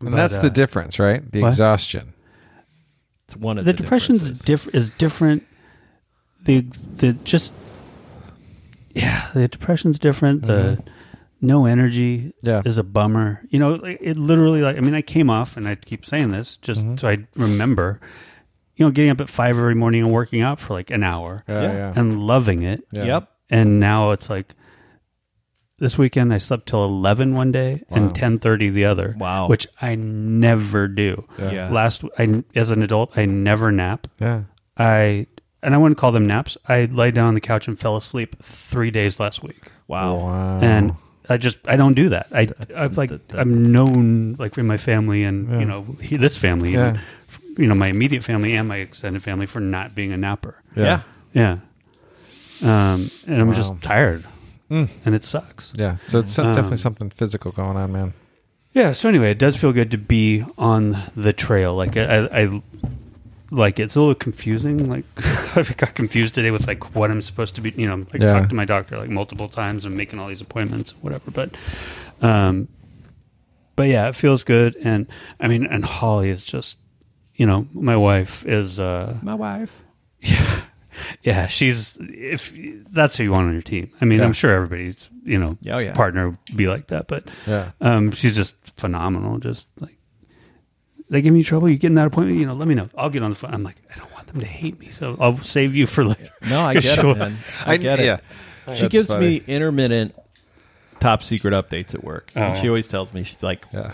Speaker 6: and that's the difference, right? The
Speaker 5: what?
Speaker 6: exhaustion.
Speaker 1: it's one of
Speaker 5: the
Speaker 1: the,
Speaker 5: depression's
Speaker 1: differences.
Speaker 5: diff- is different. The the just yeah, the depression's different. The
Speaker 1: Mm-hmm.
Speaker 5: no energy
Speaker 6: Yeah.
Speaker 5: is a bummer. You know, like, it literally like I mean, I came off and I keep saying this just
Speaker 1: Mm-hmm.
Speaker 5: so I remember. You know, getting up at five every morning and working out for like an hour
Speaker 1: Yeah.
Speaker 5: and loving it.
Speaker 6: Yeah.
Speaker 1: Yep.
Speaker 5: And now it's like this weekend I slept till eleven one day and ten thirty the other.
Speaker 1: Wow.
Speaker 5: which I never do.
Speaker 1: Yeah.
Speaker 5: Last I as an adult I never nap.
Speaker 6: yeah.
Speaker 5: I and I wouldn't call them naps. I laid down on the couch and fell asleep three days last week,
Speaker 1: Wow.
Speaker 5: and I just I don't do that. I I've like
Speaker 1: that-
Speaker 5: I'm known like in my family and you know he, this family and
Speaker 6: Yeah.
Speaker 5: you know my immediate family and my extended family for not being a napper.
Speaker 1: Yeah.
Speaker 5: Yeah. Um, and I'm just tired. And it sucks.
Speaker 6: Hmm. Yeah. So it's some,
Speaker 1: Um.
Speaker 6: definitely something physical going on, man.
Speaker 5: Yeah. So anyway, it does feel good to be on the trail. Like I, I, I like it's a little confusing. Like I got confused today with like what I'm supposed to be. You know, like
Speaker 6: Yeah.
Speaker 5: talked to my doctor like multiple times and making all these appointments, and whatever. But, um, but yeah, it feels good. And I mean, and Holly is just, you know, my wife is. uh
Speaker 1: My wife.
Speaker 5: yeah, she's if that's who you want on your team. I mean,
Speaker 6: Yeah.
Speaker 5: I'm sure everybody's you know
Speaker 1: Yeah, oh, yeah.
Speaker 5: partner would be like that, but
Speaker 6: Yeah.
Speaker 5: um, she's just phenomenal. Just like they give me trouble, you get in that appointment, you know, let me know. I'll get on the phone. I'm like, I don't want them to hate me, so I'll save you for later.
Speaker 1: No, I
Speaker 5: Just
Speaker 1: get
Speaker 5: show
Speaker 1: it,
Speaker 5: up.
Speaker 1: man. I get it.
Speaker 6: Yeah.
Speaker 1: She
Speaker 6: That's
Speaker 1: gives
Speaker 6: funny.
Speaker 1: me intermittent top secret updates at work. And
Speaker 5: Oh.
Speaker 1: she always tells me, she's like,
Speaker 6: Yeah.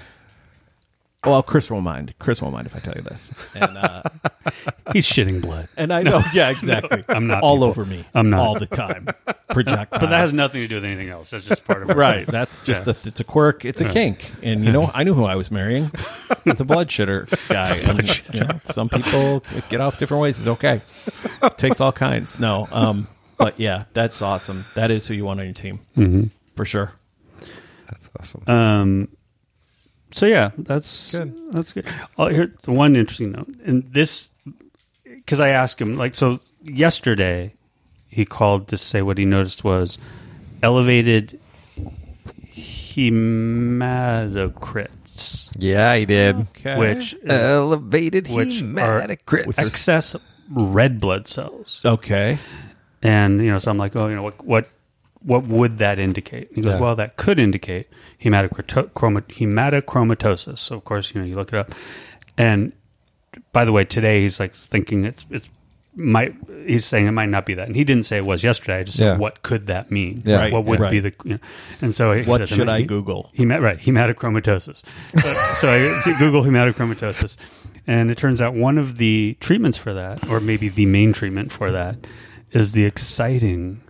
Speaker 1: "Oh, well, Chris won't mind. Chris won't mind if I tell you this. And, uh,
Speaker 5: He's shitting blood.
Speaker 1: and I know. Yeah, exactly.
Speaker 5: I'm not
Speaker 1: All
Speaker 5: people.
Speaker 1: over me.
Speaker 5: I'm not.
Speaker 1: All the time. Projectile.
Speaker 5: But that has nothing to do with anything else. Uh, That's just part of it.
Speaker 1: Right. That's just the, it's a quirk. It's a kink. And you know, I knew who I was marrying. It's a blood shitter guy. And, you know, some people get off different ways. It's okay. takes all kinds. No. Um, but yeah, that's awesome. That is who you want on your team
Speaker 5: Mm-hmm.
Speaker 1: for sure.
Speaker 6: That's awesome.
Speaker 5: Um, so yeah, that's
Speaker 6: Good.
Speaker 5: That's good. Oh, here the one interesting note, and this because I asked him like so yesterday, he called to say what he noticed was elevated hematocrits,
Speaker 3: Yeah, he did.
Speaker 1: Okay.
Speaker 5: which is
Speaker 3: Elevated
Speaker 5: Which are-
Speaker 3: hematocrits.
Speaker 5: excess red blood cells.
Speaker 1: Okay.
Speaker 5: And you know, so I'm like, oh, you know, what what what would that indicate? He goes,
Speaker 3: Yeah.
Speaker 5: well, that could indicate hematocrito- chroma- hematochromatosis. So of course, you know, you look it up. And by the way, today he's like thinking it's it's might he's saying it might not be that, and he didn't say it was yesterday. I just
Speaker 3: Yeah.
Speaker 5: said what could that mean?
Speaker 3: Yeah.
Speaker 1: Right,
Speaker 5: what would
Speaker 1: yeah.
Speaker 5: be the? You know, and so he
Speaker 1: What
Speaker 5: says,
Speaker 1: should I
Speaker 5: he-
Speaker 1: Google?
Speaker 5: He right hematochromatosis. so, so I Google hematochromatosis, and it turns out one of the treatments for that, or maybe the main treatment for that, is the exciting,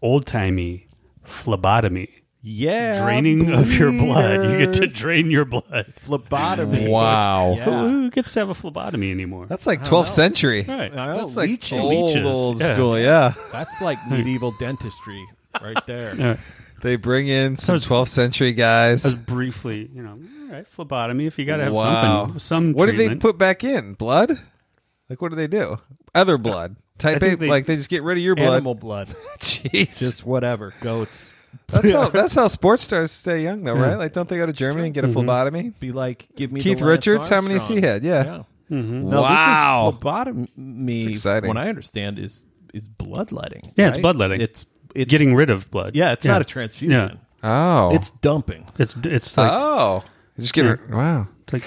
Speaker 5: old timey phlebotomy,
Speaker 1: Yeah.
Speaker 5: draining of your blood. You get to drain your blood.
Speaker 1: Phlebotomy.
Speaker 3: Wow.
Speaker 1: Yeah.
Speaker 5: Who gets to have a phlebotomy anymore?
Speaker 3: That's like 12th century.
Speaker 5: right.
Speaker 1: I know,
Speaker 3: That's like
Speaker 1: leeching.
Speaker 3: old,
Speaker 5: Leeches.
Speaker 3: old
Speaker 5: Yeah.
Speaker 3: school. Yeah.
Speaker 1: That's like medieval dentistry right there.
Speaker 3: They bring in some 12th century guys.
Speaker 5: As briefly, you know, all right, phlebotomy. If you got to have
Speaker 3: wow.
Speaker 5: something, some
Speaker 3: what do they
Speaker 5: treatment.
Speaker 3: put back in? Blood? Like, what do they do? Other blood. Type A.
Speaker 5: think they-
Speaker 3: like, they just get rid of your blood.
Speaker 1: Animal blood.
Speaker 3: Jeez.
Speaker 1: Just whatever. Goats.
Speaker 3: that's, how, that's how sports stars stay young, though, right? Like, don't they go to Germany and get a phlebotomy?
Speaker 1: Be like, give me the
Speaker 3: Keith
Speaker 1: Lance
Speaker 3: Richards, how many has
Speaker 1: Armstrong.
Speaker 3: he had? Yeah.
Speaker 1: No,
Speaker 3: Wow.
Speaker 1: this is phlebotomy.
Speaker 3: It's exciting.
Speaker 1: What I understand is is bloodletting.
Speaker 5: Yeah, it's
Speaker 1: right?
Speaker 5: bloodletting.
Speaker 1: It's it's
Speaker 5: getting rid of blood.
Speaker 1: Yeah, it's not a transfusion.
Speaker 5: Yeah.
Speaker 3: Oh.
Speaker 1: It's dumping.
Speaker 5: It's it's like
Speaker 3: oh. Just get rid. Wow.
Speaker 5: it's like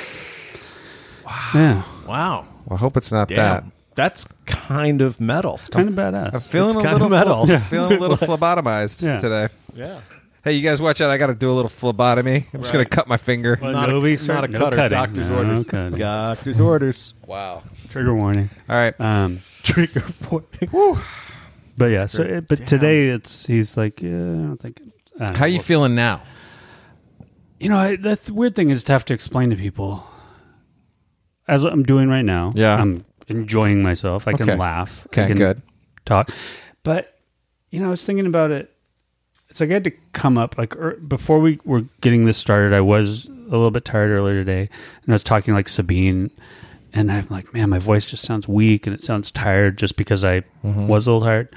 Speaker 5: yeah,
Speaker 1: Wow.
Speaker 3: Well, I hope it's not that.
Speaker 1: Damn. That's kind of metal.
Speaker 5: kind of badass.
Speaker 3: Feeling
Speaker 1: It's
Speaker 3: a
Speaker 1: kind
Speaker 3: little
Speaker 1: of metal. Yeah.
Speaker 3: Feeling a little phlebotomized
Speaker 5: Yeah.
Speaker 3: today.
Speaker 1: Yeah.
Speaker 3: Hey, you guys, watch out! I got to do a little phlebotomy. I'm just gonna cut my finger.
Speaker 1: Not,
Speaker 5: no,
Speaker 1: a,
Speaker 5: we start-
Speaker 1: not a
Speaker 5: no
Speaker 1: cutter.
Speaker 5: cutting.
Speaker 1: Doctor's
Speaker 5: No
Speaker 1: orders.
Speaker 5: cutting.
Speaker 1: Doctor's orders.
Speaker 3: Wow!
Speaker 5: Trigger warning.
Speaker 3: All right,
Speaker 1: Uh,
Speaker 5: Um, trigger warning. but yeah, so it, but today it's he's like yeah, I don't think. I don't
Speaker 3: how
Speaker 5: know.
Speaker 3: you feeling now?
Speaker 5: You know, I, the th- weird thing is to have to explain to people as what I'm doing right now.
Speaker 3: Yeah.
Speaker 5: I'm enjoying myself. I
Speaker 3: Okay.
Speaker 5: can laugh.
Speaker 3: Okay,
Speaker 5: I can
Speaker 3: good.
Speaker 5: Talk, but you know, I was thinking about it. It's like I had to come up like er, before we were getting this started. I was a little bit tired earlier today, and I was talking like Sabine, and I'm like, man, my voice just sounds weak and it sounds tired just because I was a little tired.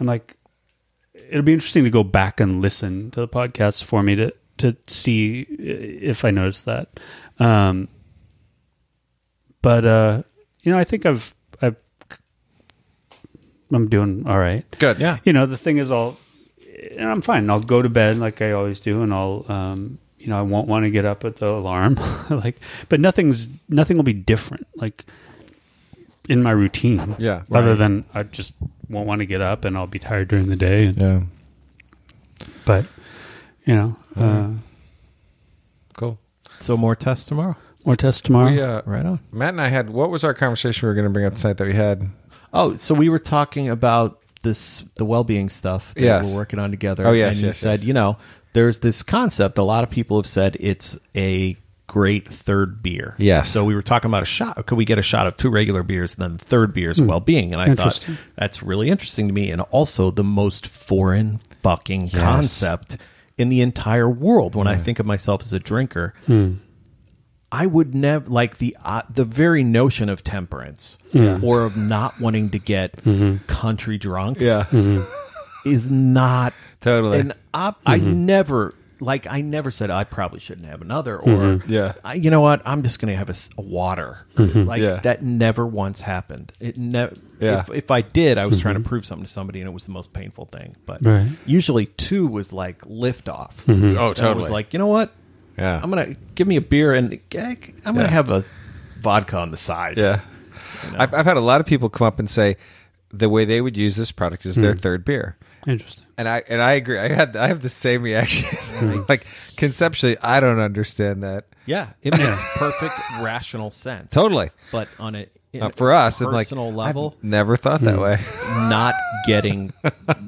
Speaker 5: I'm like, it'll be interesting to go back and listen to the podcast for me to to see if I notice that. Um, but uh, you know, I think I've I've I'm doing all right.
Speaker 3: Good.
Speaker 1: Yeah.
Speaker 5: You know, the thing is, I'll and I'm fine. I'll go to bed like I always do, and I'll um, you know I won't want to get up at the alarm. like, but nothing's nothing will be different. Like in my routine.
Speaker 3: Yeah.
Speaker 5: Other than I just won't want to get up, and I'll be tired during the day. and-
Speaker 3: Yeah.
Speaker 5: but you know, uh,
Speaker 3: Mm-hmm. Cool.
Speaker 1: So more tests tomorrow.
Speaker 5: more tests tomorrow.
Speaker 3: We, uh,
Speaker 1: Right on.
Speaker 3: Matt and I had what was our conversation we were going to bring up tonight that we had?
Speaker 1: Oh, so we were talking about this the well-being stuff that
Speaker 3: Yes.
Speaker 1: we're working on together.
Speaker 3: Oh, yes,
Speaker 1: and you
Speaker 3: yes,
Speaker 1: said,
Speaker 3: yes.
Speaker 1: you know, there's this concept. A lot of people have said it's a great third beer.
Speaker 3: Yes.
Speaker 1: So we were talking about a shot. Could we get a shot of two regular beers and then the third beer is
Speaker 3: Hmm.
Speaker 1: well-being? And I thought
Speaker 5: Interesting.
Speaker 1: that's really interesting to me, and also the most foreign fucking concept in the entire world. When I think of myself as a drinker. I would never like the uh, the very notion of temperance or of not wanting to get country drunk
Speaker 3: Yeah.
Speaker 1: is not
Speaker 3: Totally.
Speaker 1: an op- I
Speaker 3: Mm-hmm.
Speaker 1: never like I never said I probably shouldn't have another or
Speaker 3: Mm-hmm. Yeah. Mm-hmm.
Speaker 1: I, you know what I'm just gonna have a, s- a water like
Speaker 3: Yeah.
Speaker 1: that never once happened it never
Speaker 3: Yeah. Mm-hmm.
Speaker 1: if, if I did I was trying to prove something to somebody and it was the most painful thing but
Speaker 5: Right.
Speaker 1: usually two was like lift off
Speaker 3: Oh,
Speaker 1: and I was like you know what
Speaker 3: yeah.
Speaker 1: I'm gonna give me a beer and I'm
Speaker 3: Yeah.
Speaker 1: gonna have a vodka on the side.
Speaker 3: Yeah. I've, I've had a lot of people come up and say the way they would use this product is their
Speaker 1: Mm.
Speaker 3: third beer.
Speaker 5: Interesting.
Speaker 3: And I and I agree. I had I have the same reaction.
Speaker 1: Mm.
Speaker 3: like conceptually, I don't understand that.
Speaker 1: yeah, it makes perfect rational sense.
Speaker 3: Totally.
Speaker 1: but on a in
Speaker 3: Uh, for us,
Speaker 1: a
Speaker 3: I'm like,
Speaker 1: personal
Speaker 3: I've
Speaker 1: level,
Speaker 3: never thought that way.
Speaker 1: not getting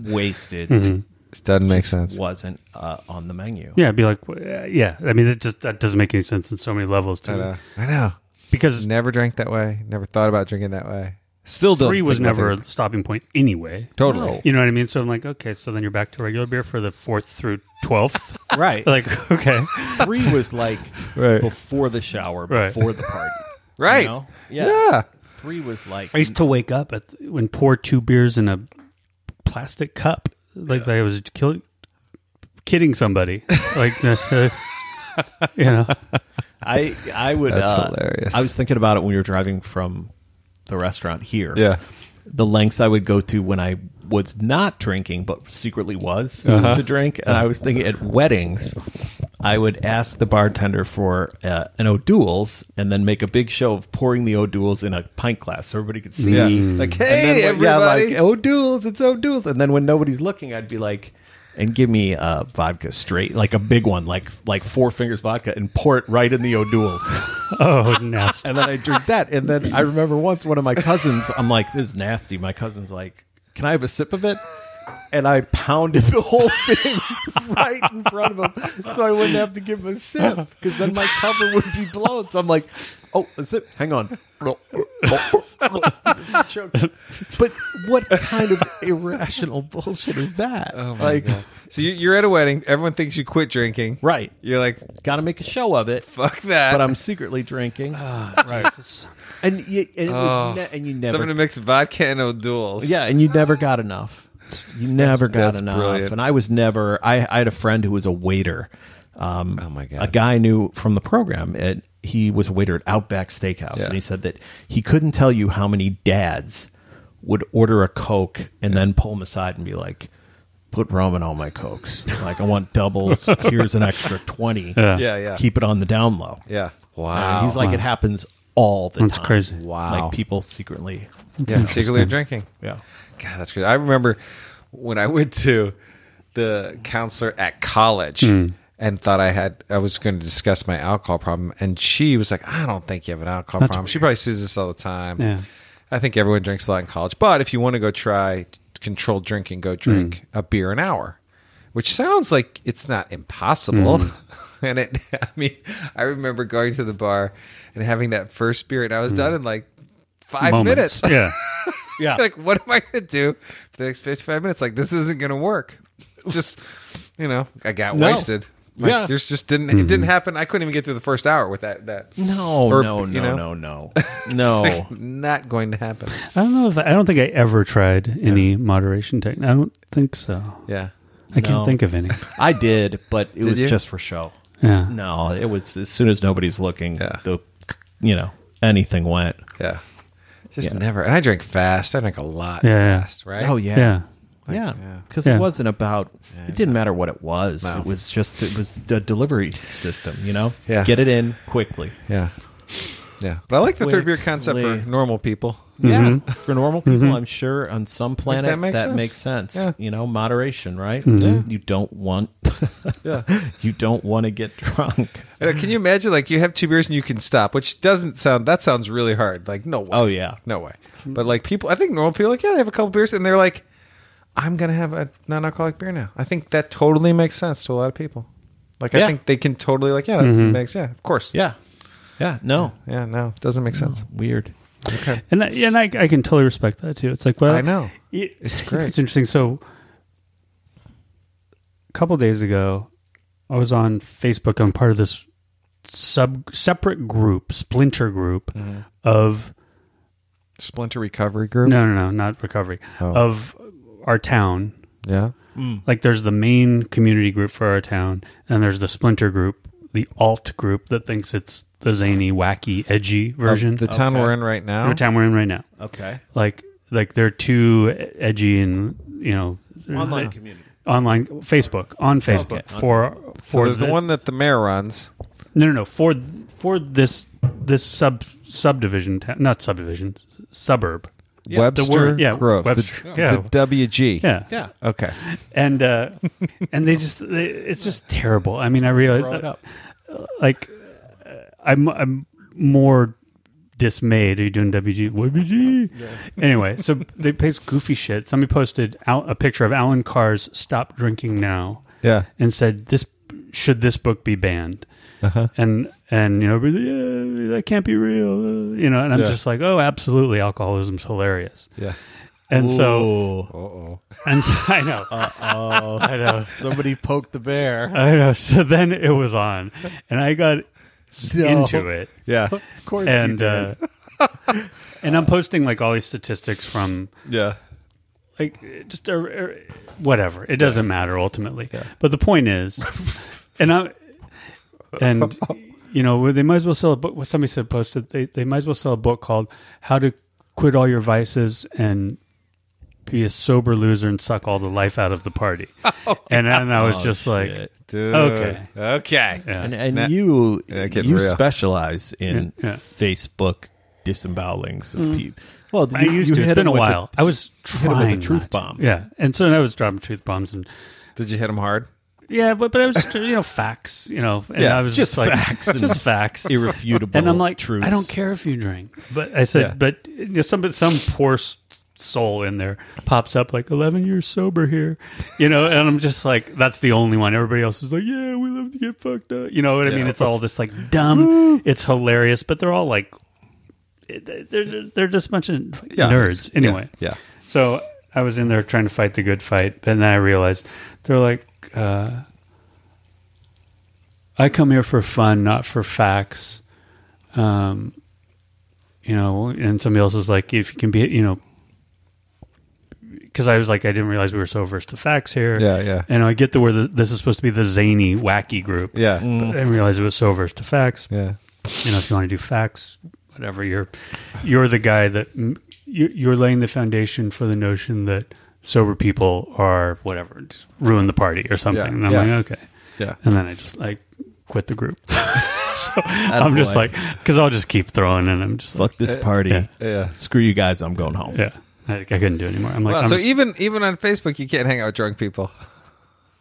Speaker 1: wasted
Speaker 3: It doesn't make sense.
Speaker 1: wasn't uh, on the menu.
Speaker 5: Yeah, it'd be like, uh, yeah. I mean, it just that doesn't make any sense in so many levels
Speaker 3: I
Speaker 5: to
Speaker 3: know.
Speaker 5: me.
Speaker 3: I know.
Speaker 5: because
Speaker 3: uh, Never drank that way. Never thought about drinking that way. Still don't.
Speaker 5: three was
Speaker 3: think about
Speaker 5: never
Speaker 3: it.
Speaker 5: a stopping point anyway.
Speaker 3: totally.
Speaker 5: You know what I mean? So I'm like, okay, so then you're back to regular beer for the fourth through twelfth.
Speaker 1: Right, like
Speaker 5: like, okay,
Speaker 1: three was like
Speaker 3: Right.
Speaker 1: before the shower,
Speaker 5: Right.
Speaker 1: before the party. you
Speaker 3: Right.
Speaker 1: know? Yeah.
Speaker 3: Yeah.
Speaker 1: Three was like
Speaker 5: I used to wake up at and pour two beers in a plastic cup, like I was kill, kidding somebody. Like, that's, uh, you know,
Speaker 1: I I would.
Speaker 3: That's
Speaker 1: uh,
Speaker 3: hilarious.
Speaker 1: I was thinking about it when we were driving from the restaurant here.
Speaker 3: Yeah.
Speaker 1: the lengths I would go to when I was not drinking, but secretly was to drink. And I was thinking at weddings, I would ask the bartender for uh, an O'Doul's and then make a big show of pouring the O'Doul's in a pint glass so everybody could see.
Speaker 3: Yeah.
Speaker 1: it.
Speaker 3: Like,
Speaker 1: And
Speaker 3: hey,
Speaker 1: then when- yeah,
Speaker 3: everybody.
Speaker 1: like oh. O'Doul's, it's O'Doul's. And then when nobody's looking, I'd be like, and give me uh, vodka straight, like a big one, like like four fingers vodka, and pour it right in the O'Doul's.
Speaker 5: oh, nasty.
Speaker 1: and then I drink that. And then I remember once one of my cousins, I'm like, this is nasty. My cousin's like, can I have a sip of it? And I pounded the whole thing right in front of him so I wouldn't have to give him a sip because then my cover would be blown. So I'm like, oh, a sip. Hang on. Choked. but what kind of irrational bullshit is that? like,
Speaker 3: So you- you're at a wedding. Everyone thinks you quit drinking.
Speaker 1: right.
Speaker 3: You're like,
Speaker 1: Got to make a show of it.
Speaker 3: fuck that.
Speaker 1: But I'm secretly drinking, and you, and it was ne- and you never
Speaker 3: Someone who makes vodka and O'Doul's.
Speaker 1: Yeah, and you never got enough. You never got
Speaker 3: That's
Speaker 1: enough.
Speaker 3: brilliant.
Speaker 1: And I was never. I, I had a friend who was a waiter. Um,
Speaker 3: Oh, my God.
Speaker 1: A guy I knew from the program. and he was a waiter at Outback Steakhouse,
Speaker 3: Yeah.
Speaker 1: and he said that he couldn't tell you how many dads would order a Coke and then pull him aside and be like, "Put rum in all my cokes. Like I want doubles. Here's an extra twenty.
Speaker 3: Yeah, yeah.
Speaker 1: Keep it on the down low.
Speaker 3: Yeah.
Speaker 1: Uh, he's like, it happens all the
Speaker 5: That's
Speaker 1: time.
Speaker 5: crazy.
Speaker 1: Wow. Like people secretly.
Speaker 3: Yeah, secretly drinking.
Speaker 1: Yeah.
Speaker 3: God, that's good. I remember when I went to the counselor at college
Speaker 5: Hmm.
Speaker 3: and thought I had I was going to discuss my alcohol problem, and she was like, "I don't think you have an alcohol problem." She probably sees this all the time.
Speaker 5: Yeah.
Speaker 3: I think everyone drinks a lot in college, but if you want to go try controlled drinking,
Speaker 5: Hmm.
Speaker 3: go drink a beer an hour, which sounds like it's not impossible.
Speaker 5: Hmm.
Speaker 3: and it, I mean, I remember going to the bar and having that first beer, and I was done in like five minutes.
Speaker 5: Hmm. Moments. Yeah.
Speaker 1: Yeah.
Speaker 3: Like, what am I going to do for the next 55 minutes? Like, this isn't going to work. Just, you know, I got
Speaker 1: No.
Speaker 3: wasted. Like,
Speaker 1: Yeah.
Speaker 3: There's just didn't, it
Speaker 5: Mm-hmm.
Speaker 3: didn't happen. I couldn't even get through the first hour with that. that
Speaker 1: No,
Speaker 3: Or,
Speaker 1: no,
Speaker 3: you
Speaker 1: no,
Speaker 3: know?
Speaker 1: no, no, no.
Speaker 3: Not going to happen.
Speaker 5: I don't know if I, I don't think I ever tried any moderation technique. I don't think so.
Speaker 3: Yeah.
Speaker 5: I can't
Speaker 1: No.
Speaker 5: think of any.
Speaker 1: I did, but it was
Speaker 3: you?
Speaker 1: just for show.
Speaker 5: Yeah.
Speaker 1: No, it was as soon as nobody's looking,
Speaker 3: Yeah.
Speaker 1: the you know anything went.
Speaker 3: Yeah. Just
Speaker 1: Yeah.
Speaker 3: never. And I drink fast. I drink a lot
Speaker 5: Yeah, yeah.
Speaker 3: fast, right?
Speaker 1: Oh
Speaker 5: Yeah.
Speaker 1: yeah, yeah, because
Speaker 5: Yeah.
Speaker 1: it wasn't about. It didn't matter what it was. It was just it was the delivery system. You know,
Speaker 3: Yeah.
Speaker 1: get it in quickly.
Speaker 3: Yeah. Yeah. But I like the third beer concept for
Speaker 1: Quickly.
Speaker 3: normal people.
Speaker 5: Mm-hmm.
Speaker 1: Yeah, for normal people, I'm sure on some planet
Speaker 3: that
Speaker 1: that
Speaker 3: makes
Speaker 1: makes
Speaker 3: sense.
Speaker 1: sense.
Speaker 3: Yeah.
Speaker 1: You know, moderation, right?
Speaker 5: Mm-hmm.
Speaker 1: You don't want. You don't want to get drunk.
Speaker 3: I know, uh, Can you imagine? Like, you have two beers and you can stop, which doesn't sound, that sounds really hard. Like, no way.
Speaker 1: Oh yeah.
Speaker 3: No way. But like people, I think normal people, like, yeah, they have a couple beers and they're like, I'm going to have a non alcoholic beer now. I think that totally makes sense to a lot of people. Like, I
Speaker 1: Yeah.
Speaker 3: think they can totally, like, yeah, that
Speaker 5: Mm-hmm.
Speaker 3: makes, yeah, of course.
Speaker 1: Yeah. Yeah. No.
Speaker 3: Yeah, no, it doesn't make sense.
Speaker 1: Weird.
Speaker 3: Okay.
Speaker 5: And I, and I, I can totally respect that too. It's like, well,
Speaker 3: I know.
Speaker 5: it- it's
Speaker 3: great.
Speaker 5: interesting. So, a couple days ago, I was on Facebook. I'm part of this sub separate group, splinter group
Speaker 3: Mm-hmm.
Speaker 5: of
Speaker 3: Splinter recovery group.
Speaker 5: no, no, no, not recovery
Speaker 3: Oh.
Speaker 5: of our town.
Speaker 3: Yeah.
Speaker 5: Like, there's the main community group for our town, and there's the splinter group, the alt group that thinks it's the zany, wacky, edgy version.
Speaker 3: The town we're in right now.
Speaker 5: the town we're in right now.
Speaker 1: Okay.
Speaker 5: like like they're too edgy and you know
Speaker 1: Online community.
Speaker 5: online Facebook on Facebook for
Speaker 3: So
Speaker 5: for
Speaker 3: there's the, one that the mayor runs.
Speaker 5: no no no for for this this sub subdivision ta- not subdivision s- suburb
Speaker 3: Webster
Speaker 5: word- yeah,
Speaker 3: Grove.
Speaker 5: Webster-
Speaker 3: the,
Speaker 5: yeah.
Speaker 3: the WG.
Speaker 5: yeah
Speaker 1: Yeah.
Speaker 3: Okay.
Speaker 5: and uh, and they just they, it's just terrible I mean I realize
Speaker 1: Throw it up.
Speaker 5: like uh, I'm I'm more dismayed. Are you doing WG? WG? Anyway, so they post goofy shit. Somebody posted Al- a picture of Alan Carr's "Stop Drinking Now"
Speaker 3: Yeah.
Speaker 5: and said, "This should this book be banned?"
Speaker 3: Uh-huh.
Speaker 5: And and you know everybody, "Yeah, that can't be real, uh, you know. And I'm
Speaker 3: Yeah.
Speaker 5: just like, oh, absolutely, alcoholism's hilarious.
Speaker 3: Yeah.
Speaker 5: And so
Speaker 1: Ooh.
Speaker 5: and so, I know, I know,
Speaker 1: somebody poked the bear.
Speaker 5: I know. So then it was on, and I got into it.
Speaker 3: Yeah.
Speaker 1: Of course,
Speaker 5: and uh, and I'm posting like all these statistics from
Speaker 3: Yeah.
Speaker 5: like just a, a- whatever. It doesn't matter ultimately. But the point is, and I and you know well, they might as well sell a book. What somebody said posted they they might as well sell a book called "How to Quit All Your Vices and Be a Sober Loser and Suck All the Life Out of the Party." and then I was just like,
Speaker 1: shit.
Speaker 3: Dude.
Speaker 5: Okay.
Speaker 3: Okay.
Speaker 1: And, and you
Speaker 3: that getting
Speaker 1: you
Speaker 3: real.
Speaker 1: specialize in
Speaker 5: Yeah, Mm-hmm. yeah.
Speaker 1: Facebook disembowelings of people. Well,
Speaker 5: I
Speaker 1: you,
Speaker 5: used
Speaker 1: you
Speaker 5: to. It's
Speaker 1: hit
Speaker 5: been
Speaker 1: them
Speaker 5: a
Speaker 1: with
Speaker 5: while. I was
Speaker 1: him with a
Speaker 5: trying
Speaker 1: truth
Speaker 5: not to.
Speaker 1: bomb.
Speaker 5: Yeah, and so I was dropping truth bombs and
Speaker 3: Did you hit him hard?
Speaker 5: yeah, but but I was you know facts, you know, and
Speaker 1: Yeah,
Speaker 5: I was
Speaker 1: just
Speaker 5: just, like
Speaker 1: facts and-
Speaker 5: just facts.
Speaker 1: irrefutable.
Speaker 5: And I'm like,
Speaker 1: truth.
Speaker 5: I don't care if you drink. But I said,
Speaker 3: Yeah.
Speaker 5: but you know, some some poor s- soul in there pops up like 11 years sober here, you know. And I'm just like, that's the only one. Everybody else is like, yeah, we love to get fucked up. You know what I mean? It's all this like dumb. it's hilarious, but they're all like, it- they're they're just a bunch of nerds anyway.
Speaker 3: Yeah.
Speaker 5: So I was in there trying to fight the good fight, but then I realized they're like, uh, I come here for fun, not for facts. Um, you know, and somebody else was like, if you can be, you know, because I was like, I didn't realize we were so versed to facts here.
Speaker 3: Yeah, yeah.
Speaker 5: And I get the where the, this is supposed to be the zany, wacky group.
Speaker 3: Yeah.
Speaker 5: But I didn't realize it was so versed to facts
Speaker 3: Yeah.
Speaker 5: you know, if you want to do facts, whatever, you're you're the guy that you- you're laying the foundation for the notion that sober people are whatever ruin the party or something.
Speaker 3: Yeah,
Speaker 5: and I'm
Speaker 3: yeah.
Speaker 5: like, okay,
Speaker 3: Yeah.
Speaker 5: and then I just like quit the group. so I'm just like, because I'll just keep throwing, and I'm just
Speaker 1: Fuck this party.
Speaker 5: Uh, yeah.
Speaker 3: Yeah.
Speaker 1: Screw you guys. I'm going home.
Speaker 5: like, yeah, I, I couldn't do it anymore. I'm like,
Speaker 3: Wow,
Speaker 5: I'm
Speaker 3: so e-,
Speaker 5: just-
Speaker 3: even even on Facebook, you can't hang out with drunk people.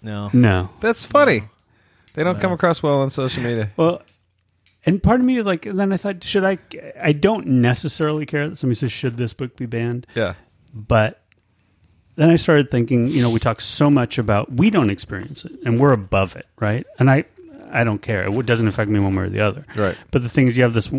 Speaker 1: No.
Speaker 5: no,
Speaker 3: That's funny. They don't come across well on social media.
Speaker 5: Well, and part of me like then I thought, should I? I don't necessarily care that somebody says, should this book be banned?
Speaker 3: Yeah.
Speaker 5: But then I started thinking, you know, we talk so much about we don't experience it and we're above it, right? And I, I don't care. It w- doesn't affect me one way or the other,
Speaker 3: Right.
Speaker 5: But the thing is, you have this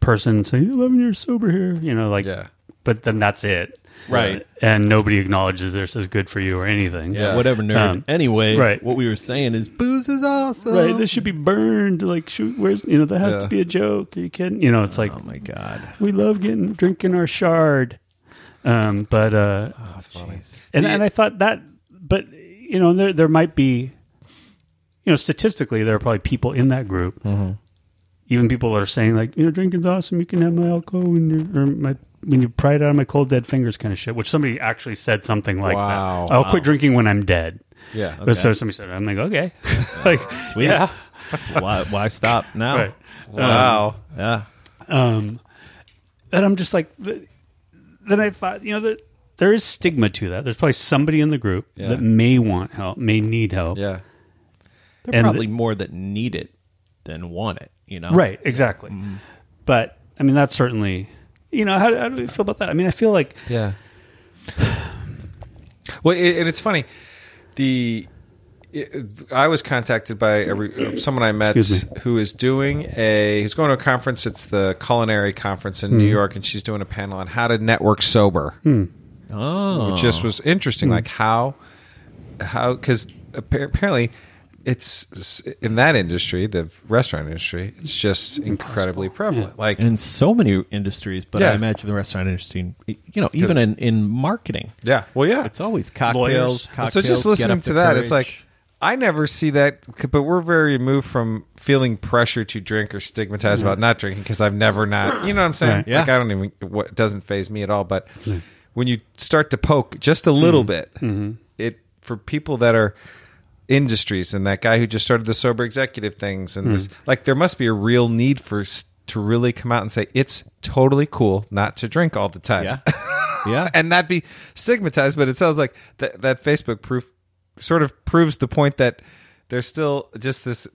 Speaker 5: person saying, "11 years sober here," you know, like,
Speaker 3: Yeah.
Speaker 5: But then that's it, Uh,
Speaker 1: Right.
Speaker 5: And nobody acknowledges this as good for you or anything,
Speaker 3: Yeah.
Speaker 1: Whatever, nerd.
Speaker 5: Um,
Speaker 1: anyway,
Speaker 5: right.
Speaker 1: what we were saying is booze is awesome.
Speaker 5: Right, this should be burned. Like, shoot, where's you know that has
Speaker 3: Yeah.
Speaker 5: to be a joke? Are you kidding? You know, it's like
Speaker 1: oh my god.
Speaker 5: we love getting drinking our shard. Um, but uh, and and I thought that, but you know, there there might be, you know, statistically, there are probably people in that group, even people that are saying like, you know, drinking's awesome. You can have my alcohol when you or my when you pry it out of my cold dead fingers, kind of shit. Which somebody actually said something like,
Speaker 3: Wow.
Speaker 5: that. I'll quit drinking when I'm dead.
Speaker 3: Yeah.
Speaker 5: But So somebody said, I'm like, okay, like
Speaker 1: Sweet.
Speaker 5: yeah,
Speaker 1: why, why stop now?
Speaker 5: right.
Speaker 3: Wow.
Speaker 1: Yeah.
Speaker 5: Um, and I'm just like, th- then I thought, you know, that there is stigma to that. There's probably somebody in the group
Speaker 3: Yeah.
Speaker 5: that may want help, may need help.
Speaker 3: Yeah.
Speaker 1: There are
Speaker 5: And-
Speaker 1: probably more that need it than want it. You know.
Speaker 5: Right, exactly.
Speaker 3: Mm-hmm.
Speaker 5: But I mean, that's certainly, you know, how, how do we feel about that? I mean, I feel like,
Speaker 3: Yeah. Well, it, and it's funny. The it, I was contacted by a, re- someone I met
Speaker 5: Excuse me.
Speaker 3: who is doing a who's going to a conference. It's the culinary conference in
Speaker 5: Hmm.
Speaker 3: New York, and she's doing a panel on how to network sober,
Speaker 1: Oh.
Speaker 3: which just was
Speaker 5: Hmm.
Speaker 3: interesting. Like how how because apparently it's in that industry, the restaurant industry, it's just incredibly prevalent. Like
Speaker 1: in so many industries, but
Speaker 3: Yeah.
Speaker 1: I imagine the restaurant industry, you know, even in, in marketing,
Speaker 3: yeah, well, yeah,
Speaker 1: it's always cocktails.
Speaker 5: Lawyers.
Speaker 1: cocktails
Speaker 3: so just
Speaker 1: get
Speaker 3: listening
Speaker 1: up
Speaker 3: to
Speaker 1: the
Speaker 3: that, it's like
Speaker 1: courage.
Speaker 3: I never see that, c- but we're very removed from feeling pressure to drink or stigmatized about not drinking because I've never not. You know what I'm saying?
Speaker 5: Right.
Speaker 1: Yeah.
Speaker 3: Like I don't even. What it doesn't phase me at all. But when you start to poke just a little bit, it for people that are industries and that guy who just started the sober executive things and this like there must be a real need for s- to really come out and say it's totally cool not to drink all the time
Speaker 1: yeah, yeah,
Speaker 3: and not be stigmatized. But it sounds like that that Facebook proof sort of proves the point that there's still just this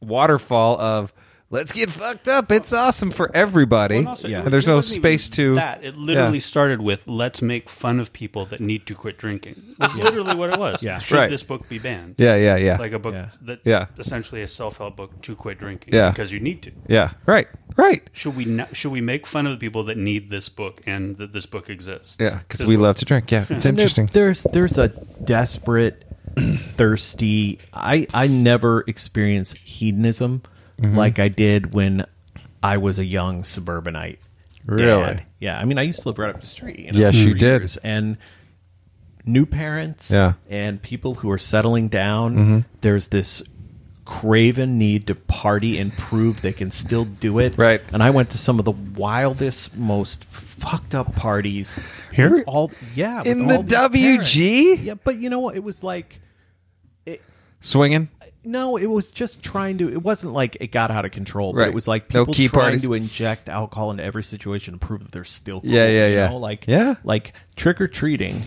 Speaker 3: waterfall of let's get fucked up. It's awesome for everybody,
Speaker 1: yeah.
Speaker 3: and there's no space to.
Speaker 5: that. It literally
Speaker 3: Yeah.
Speaker 5: started with let's make fun of people that need to quit drinking. That's literally what it was.
Speaker 1: Yeah.
Speaker 5: Should
Speaker 3: Right.
Speaker 5: this book be banned?
Speaker 3: Yeah, yeah, yeah,
Speaker 5: Like a book
Speaker 1: Yeah.
Speaker 5: that's
Speaker 3: Yeah.
Speaker 5: essentially a self help book to quit drinking
Speaker 3: Yeah.
Speaker 5: because you need to.
Speaker 3: yeah. Right, right.
Speaker 5: Should we not, should we make fun of the people that need this book and that this book exists?
Speaker 3: Yeah, because we love to drink. Yeah, it's interesting.
Speaker 1: There- there's there's a desperate, thirsty. I I never experienced hedonism
Speaker 3: Mm-hmm.
Speaker 1: like I did when I was a young suburbanite.
Speaker 3: Really?
Speaker 1: dad. Yeah. I mean, I used to live right up the street. You know,
Speaker 3: Yes,
Speaker 1: for
Speaker 3: you did.
Speaker 1: years, and new parents
Speaker 3: Yeah. Mm-hmm.
Speaker 1: and people who are settling down, there's this craven need to party and prove they can still do it.
Speaker 3: Right.
Speaker 1: And I went to some of the wildest, most fucked up parties.
Speaker 5: Here?
Speaker 1: With all yeah, with
Speaker 3: In the
Speaker 1: all these parents.
Speaker 3: WG?
Speaker 1: Yeah, but you know what? It was like
Speaker 3: Swinging.
Speaker 1: no, it was just trying to. It wasn't like it got out of control, but
Speaker 3: Right.
Speaker 1: it was like
Speaker 3: No
Speaker 1: people
Speaker 3: key
Speaker 1: trying
Speaker 3: parties.
Speaker 1: to inject alcohol into every situation to prove that they're still. Cool,
Speaker 3: Yeah, yeah,
Speaker 1: you
Speaker 3: yeah.
Speaker 1: know? Like,
Speaker 3: Yeah.
Speaker 1: like trick or treating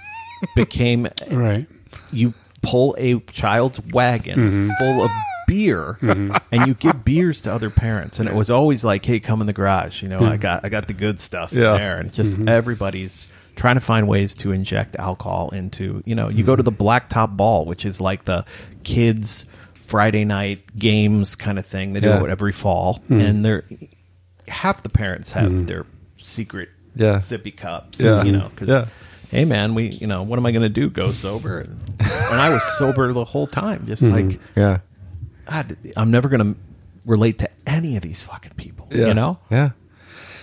Speaker 1: became
Speaker 5: Right.
Speaker 1: you pull a child's
Speaker 3: Mm-hmm.
Speaker 1: wagon full of beer and you give beers to other parents and it was always like hey come in the garage you know
Speaker 3: Mm.
Speaker 1: i got i got the good stuff
Speaker 3: Yeah.
Speaker 1: in there and just
Speaker 3: Mm-hmm.
Speaker 1: everybody's trying to find ways to inject alcohol into you know you go to
Speaker 3: Mm-hmm.
Speaker 1: the blacktop ball which is like the kids friday night games kind of thing they
Speaker 3: Yeah. Mm-hmm.
Speaker 1: do it every fall and they're half the parents have their secret
Speaker 3: Yeah.
Speaker 1: sippy cups
Speaker 3: Yeah.
Speaker 1: you know because
Speaker 3: Yeah.
Speaker 1: hey man we you know what am i going to do go sober and, and i was sober the whole time just
Speaker 3: Mm-hmm.
Speaker 1: like
Speaker 3: Yeah.
Speaker 1: God, i'm never going to relate to any of these fucking people
Speaker 3: Yeah.
Speaker 1: you know
Speaker 3: Yeah.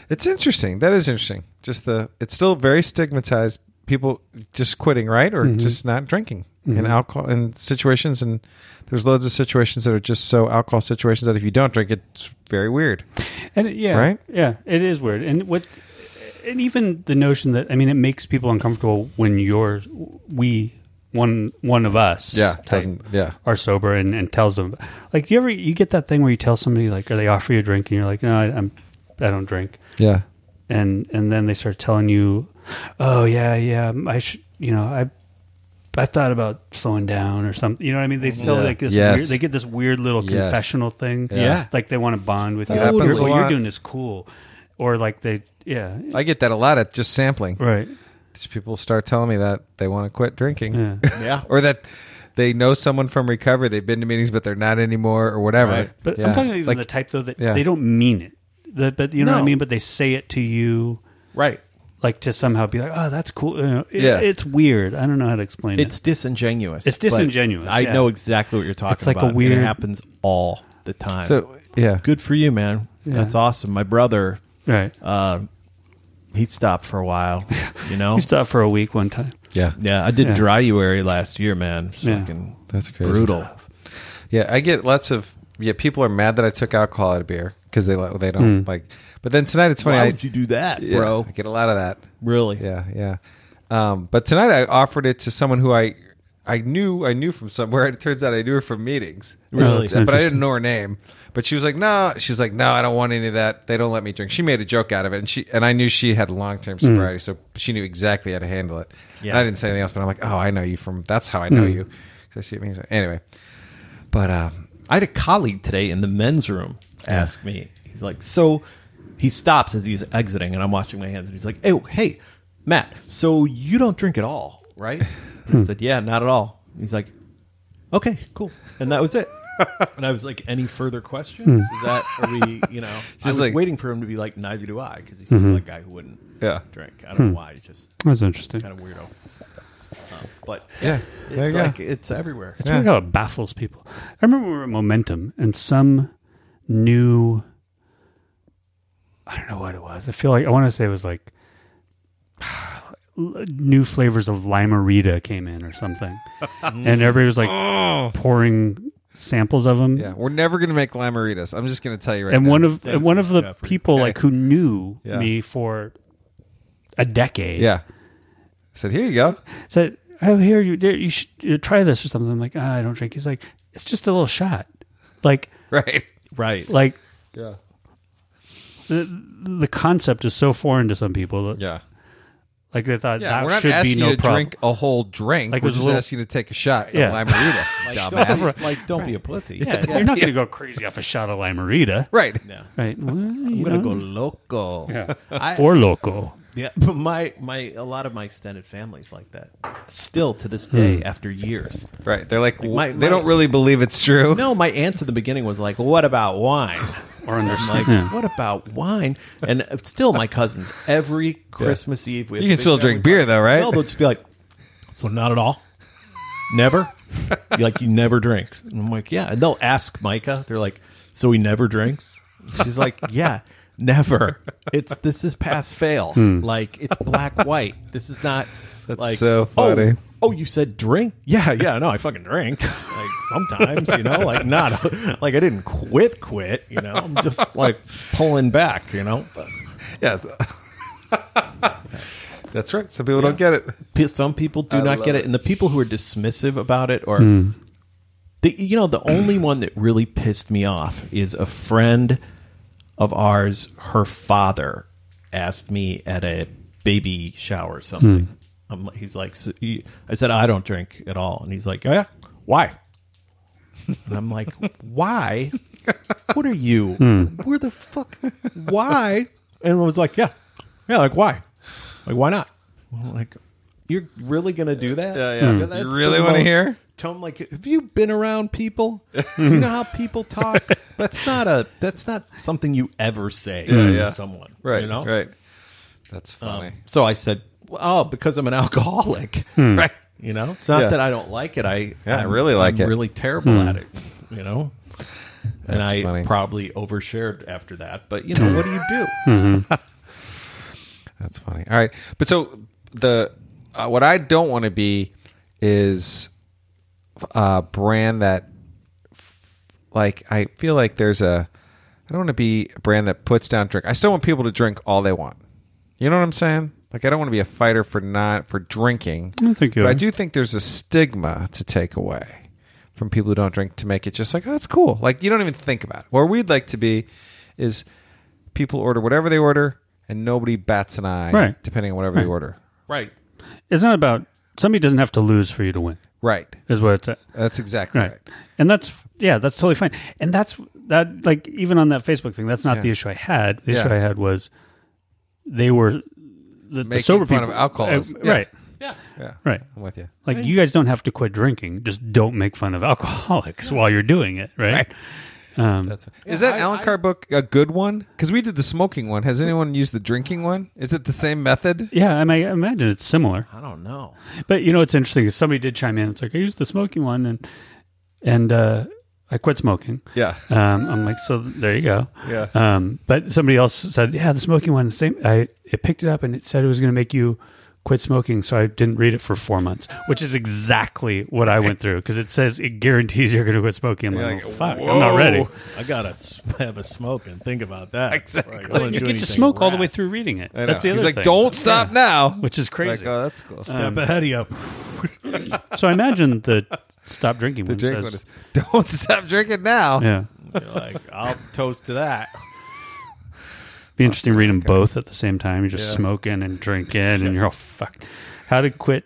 Speaker 3: It's interesting. That is interesting. Just the it's still very stigmatized people just quitting, right? Or just not drinking. And alcohol and situations and there's loads of situations that are just so alcohol situations that if you don't drink it's very weird.
Speaker 5: And it- yeah,
Speaker 3: Right?
Speaker 5: Yeah, it is weird. And what, and even the notion that I mean, it makes people uncomfortable when you're we one one of us. type
Speaker 3: Doesn't yeah.
Speaker 5: Are sober and, and tells them like you ever you get that thing where you tell somebody like or they offer you a drink and you're like no I, I'm I don't drink
Speaker 3: Yeah.
Speaker 5: and and then they start telling you, oh yeah, yeah, I should, you know, I, I thought about slowing down or something. You know what I mean? They still
Speaker 3: Yeah.
Speaker 5: like this.
Speaker 3: Yes.
Speaker 5: Weird, they get this weird little
Speaker 3: Yes.
Speaker 5: confessional thing.
Speaker 1: Yeah.
Speaker 5: like they want to bond with you.
Speaker 3: That happens
Speaker 5: You're-
Speaker 3: a
Speaker 5: What you're
Speaker 3: lot.
Speaker 5: doing is cool, or like they, yeah,
Speaker 3: I get that a lot at just sampling.
Speaker 5: right,
Speaker 3: These people start telling me that they want to quit drinking.
Speaker 5: yeah,
Speaker 1: yeah
Speaker 3: or that they know someone from recovery, they've been to meetings but they're not anymore or whatever.
Speaker 1: Right.
Speaker 5: but
Speaker 3: Yeah.
Speaker 5: I'm talking about even
Speaker 3: Like-
Speaker 5: the type though that
Speaker 3: Yeah.
Speaker 5: they don't mean it. That, but you know what I
Speaker 1: No.
Speaker 5: mean. But they say it to you.
Speaker 1: right
Speaker 5: Like to somehow be like, oh, that's cool. You know, it-
Speaker 3: Yeah.
Speaker 5: it's weird. I don't know how to explain it.
Speaker 1: it's disingenuous
Speaker 5: It's
Speaker 1: but
Speaker 5: disingenuous,
Speaker 1: i
Speaker 5: yeah.
Speaker 1: know exactly what you're talking
Speaker 5: It's like a
Speaker 1: about and
Speaker 5: weird-
Speaker 1: it happens all the time
Speaker 3: So yeah.
Speaker 1: good for you man that's awesome my brother
Speaker 5: Right.
Speaker 3: Oh.
Speaker 1: uh he stopped for a while you know
Speaker 5: he stopped for a week one time.
Speaker 3: Yeah.
Speaker 1: yeah i did
Speaker 5: Yeah.
Speaker 1: dryuary last year man It's
Speaker 5: Yeah.
Speaker 1: fucking
Speaker 3: That's crazy.
Speaker 1: brutal
Speaker 3: Yeah, I get lots of yeah. People are mad that I took alcohol out of beer because they li- they don't like. But then tonight it's funny,
Speaker 1: why
Speaker 3: I,
Speaker 1: would you do that
Speaker 3: yeah,
Speaker 1: bro
Speaker 3: I get a lot of that.
Speaker 1: really
Speaker 3: Yeah, yeah. Um, but tonight I offered it to someone who I I knew I knew from somewhere. It turns out I knew her from meetings.
Speaker 1: Really?
Speaker 3: but I didn't know her name. But she was like, "No," she's like, "No, I don't want any of that. They don't let me drink." She made a joke out of it, and she and I knew she had long term sobriety, so she knew exactly how to handle it. And
Speaker 1: Hmm. Yeah. Hmm.
Speaker 3: I didn't say anything else, but I'm like, "Oh, I know you from. That's how I know you." 'Cause I see it means anyway. But um,
Speaker 1: I had a colleague today in the men's room ask me, he's like, so he stops as he's exiting, and I'm washing my hands, and he's like, oh, hey, Matt, so you don't drink at all, right? And I said, yeah, not at all. He's like, okay, cool. And that was it. and I was like, any further questions? Is that, are we, you know, I was
Speaker 3: Hmm. like- Mm-hmm.
Speaker 1: waiting for him to be like, neither do I, because he seemed like a guy who wouldn't
Speaker 3: Yeah. Hmm.
Speaker 1: drink. I don't know why. He's just
Speaker 5: That's interesting.
Speaker 1: kind of weirdo. Um, but
Speaker 3: yeah, there you go.
Speaker 1: like, it's everywhere.
Speaker 5: It's weird how it baffles people. I remember we were at Momentum and some new, I don't know what it was. I feel like, I want to say it was like new flavors of Limerita came in or something. and everybody was like pouring samples of them.
Speaker 3: Oh. Yeah, we're never gonna make lamaritas. I'm just gonna tell you right
Speaker 5: and
Speaker 3: now.
Speaker 5: one of and one of the
Speaker 1: Jeffrey.
Speaker 5: people like who knew
Speaker 3: Yeah.
Speaker 5: me for a decade
Speaker 3: yeah, said here you go.
Speaker 5: said, "Oh, here you there, you should you try this or something." I'm like, ah, "I don't drink." He's like, "It's just a little shot." Like
Speaker 3: Right.
Speaker 1: Right.
Speaker 5: like
Speaker 3: Yeah.
Speaker 5: the concept is so foreign to some people. That,
Speaker 3: Yeah.
Speaker 5: Like they thought
Speaker 3: Yeah, we're
Speaker 5: that
Speaker 3: not
Speaker 5: should
Speaker 3: asking
Speaker 5: be no
Speaker 3: you to
Speaker 5: problem.
Speaker 3: drink a whole drink.
Speaker 5: Like,
Speaker 3: we're
Speaker 5: there's a
Speaker 3: just
Speaker 5: little-
Speaker 3: asking you to take a shot
Speaker 5: Yeah.
Speaker 3: yeah. of Limerita, dumbass.
Speaker 1: Don't, like, don't be a pussy.
Speaker 5: Yeah, you're not going to go crazy off a shot of limerita,
Speaker 3: Right.
Speaker 5: right? Well,
Speaker 1: I'm
Speaker 5: you
Speaker 1: gonna
Speaker 5: know,
Speaker 1: go loco. I,
Speaker 5: for loco.
Speaker 1: yeah, but my my a lot of my extended families like that. Still to this day,
Speaker 5: Hmm.
Speaker 1: after years.
Speaker 3: Right. They're like,
Speaker 1: my-
Speaker 3: they don't
Speaker 1: my-
Speaker 3: really believe it's true.
Speaker 1: No, my aunt in the beginning was like, "What about wine?"
Speaker 5: Or understand.
Speaker 1: Like, what about wine? And uh, still, my cousins every Christmas Eve. We had
Speaker 3: You can
Speaker 1: big
Speaker 3: still
Speaker 1: family
Speaker 3: drink beer,
Speaker 1: party.
Speaker 3: though, right?
Speaker 1: No, they'll just be like, "So not at all." Never, You're like you never drink. And I'm like, yeah. And they'll ask Micah. They're like, so he never drinks. She's like, yeah, never. It's this is pass fail. Like it's black white. This is not.
Speaker 3: Hmm. That's so funny.
Speaker 1: Oh, oh, you said drink? Yeah, yeah. No, I fucking drink. Like sometimes, you know, like not like I didn't quit, quit. You know, I'm just like pulling back. You know, but
Speaker 3: Yeah. That's right. Some people don't get it.
Speaker 1: pe- some people do not
Speaker 3: love
Speaker 1: get it.
Speaker 3: it.
Speaker 1: and the people who are dismissive about it or the you know the only one that really pissed me off is a friend of ours her father asked me at a baby shower or something I'm, like- he's like so you, i said i don't drink at all and he's like "Oh, yeah why and i'm like why what are you where the fuck why and i was like yeah yeah like why like why not I'm like you're really gonna do that
Speaker 3: Yeah, yeah.
Speaker 1: that's
Speaker 3: You really
Speaker 1: the
Speaker 3: wanna
Speaker 1: most-
Speaker 3: hear?
Speaker 1: Tell him like, have you been around people? you know how people talk. That's not a. That's not something you ever say to
Speaker 3: yeah.
Speaker 1: someone.
Speaker 3: Right.
Speaker 1: You know.
Speaker 3: Right. That's
Speaker 1: Um,
Speaker 3: funny.
Speaker 1: so I said, well, "Oh, because I'm an alcoholic."
Speaker 5: Hmm.
Speaker 3: Right.
Speaker 1: You know, it's not
Speaker 3: Yeah.
Speaker 1: that I don't like it. I
Speaker 3: Yeah, I
Speaker 1: I'm-
Speaker 3: really like
Speaker 1: I'm
Speaker 3: it. Hmm.
Speaker 1: Really terrible at it. You know. and
Speaker 3: That's
Speaker 1: I
Speaker 3: funny.
Speaker 1: probably overshared after that, but you know what do you do?
Speaker 3: Hmm. That's funny. All right, but so the uh, what I don't want to be is a brand that like I feel like there's a I don't want to be a brand that puts down drink. I still want people to drink all they want. You know what I'm saying? Like I don't want to be a fighter for not for drinking. I
Speaker 5: don't think you
Speaker 3: But I
Speaker 5: are.
Speaker 3: do think there's a stigma to take away from people who don't drink to make it just like oh, that's cool. Like you don't even think about it. Where we'd like to be is people order whatever they order and nobody bats an eye
Speaker 5: Right.
Speaker 3: depending on whatever they order.
Speaker 1: Right.
Speaker 5: It's not about somebody doesn't have to lose for you to win.
Speaker 3: Right.
Speaker 5: Is what it's at.
Speaker 3: That's exactly
Speaker 5: right.
Speaker 3: right.
Speaker 5: And that's yeah, that's totally fine. And that's that like even on that Facebook thing, that's not the issue I had. The issue
Speaker 3: Yeah.
Speaker 5: I had was they were the, the
Speaker 3: Making
Speaker 5: sober
Speaker 3: fun
Speaker 5: people
Speaker 3: of alcoholists.
Speaker 5: uh,
Speaker 3: Yeah.
Speaker 5: right?
Speaker 3: Yeah.
Speaker 5: Right.
Speaker 3: I'm with you.
Speaker 5: Like you guys don't have to quit drinking. Just don't make fun of alcoholics while you're doing it, right?
Speaker 3: That's Is that
Speaker 1: I-
Speaker 3: Alan
Speaker 1: I-
Speaker 3: Carr book a good one? Because we did the smoking one. Has anyone used the drinking one? Is it the same method?
Speaker 5: Yeah, I mean, I imagine it's similar.
Speaker 1: I don't know.
Speaker 5: But you know, it's interesting. is Somebody did chime in. It's like I used the smoking one, and and uh, I quit smoking.
Speaker 3: Yeah.
Speaker 5: Um, I'm like, so there you go.
Speaker 3: Yeah.
Speaker 5: Um, but somebody else said, yeah, the smoking one. Same. I it picked it up and it said it was going to make you quit smoking, so I didn't read it for four months, which is exactly what I went through because it says it guarantees you're going to quit smoking. I'm like,
Speaker 3: like,
Speaker 5: oh, fuck, I'm not ready.
Speaker 1: I gotta s- have a smoke and think about that.
Speaker 3: Exactly.
Speaker 1: Like, I wouldn't
Speaker 5: You
Speaker 1: do
Speaker 5: get to
Speaker 1: anything
Speaker 5: smoke all the way
Speaker 1: rash.
Speaker 5: through reading it.
Speaker 3: I
Speaker 5: That's the
Speaker 3: know.
Speaker 5: other
Speaker 3: He's like,
Speaker 5: thing.
Speaker 3: don't stop
Speaker 5: Yeah.
Speaker 3: now.
Speaker 5: Which is
Speaker 3: like,
Speaker 5: crazy. Uh,
Speaker 3: oh, that's cool.
Speaker 1: Step ahead of you.
Speaker 5: so I imagine the stop drinking one
Speaker 3: Drink
Speaker 5: says,
Speaker 3: one is- don't stop drinking now.
Speaker 5: yeah.
Speaker 1: You're like, I'll toast to that.
Speaker 5: Be interesting to read them both at the same time. You're just smoking and drinking, and you're all fucked. How to quit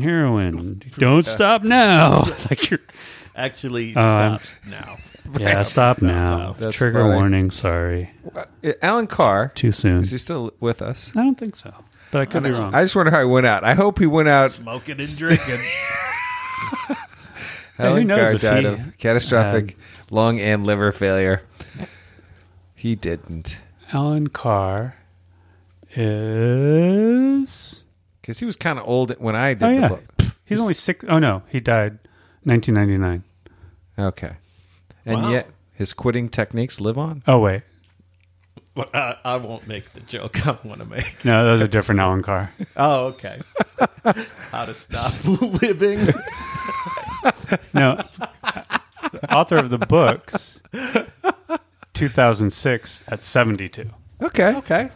Speaker 5: heroin? Don't stop now. Like you're,
Speaker 1: Actually,
Speaker 3: Uh,
Speaker 5: Um,
Speaker 1: stop now.
Speaker 5: yeah, stop now.
Speaker 3: That's
Speaker 5: Trigger
Speaker 3: funny.
Speaker 5: warning. Sorry,
Speaker 3: Uh, Alan Carr,
Speaker 5: too soon.
Speaker 3: is he still with us?
Speaker 5: I don't think so, but I could be wrong.
Speaker 3: I just wonder how he went out. I hope he went out.
Speaker 1: Smoking and drinking.
Speaker 5: Hey, who
Speaker 3: Alan
Speaker 5: knows
Speaker 3: Carr
Speaker 5: if
Speaker 3: died
Speaker 5: he
Speaker 3: of catastrophic lung and liver failure. He didn't.
Speaker 5: Alan Carr is?
Speaker 3: Because he was kind of old when I did
Speaker 5: Oh
Speaker 3: the
Speaker 5: yeah,
Speaker 3: book.
Speaker 5: he's, only six oh no, he died 1999.
Speaker 3: Okay. And
Speaker 1: Wow.
Speaker 3: yet his quitting techniques live on.
Speaker 5: Oh wait,
Speaker 1: But I, I won't make the joke I want to make.
Speaker 5: no, that was a different Alan Carr.
Speaker 1: Oh, okay. How to stop living.
Speaker 5: No, author of the books, 2006 at 72.
Speaker 3: Okay.
Speaker 1: Okay.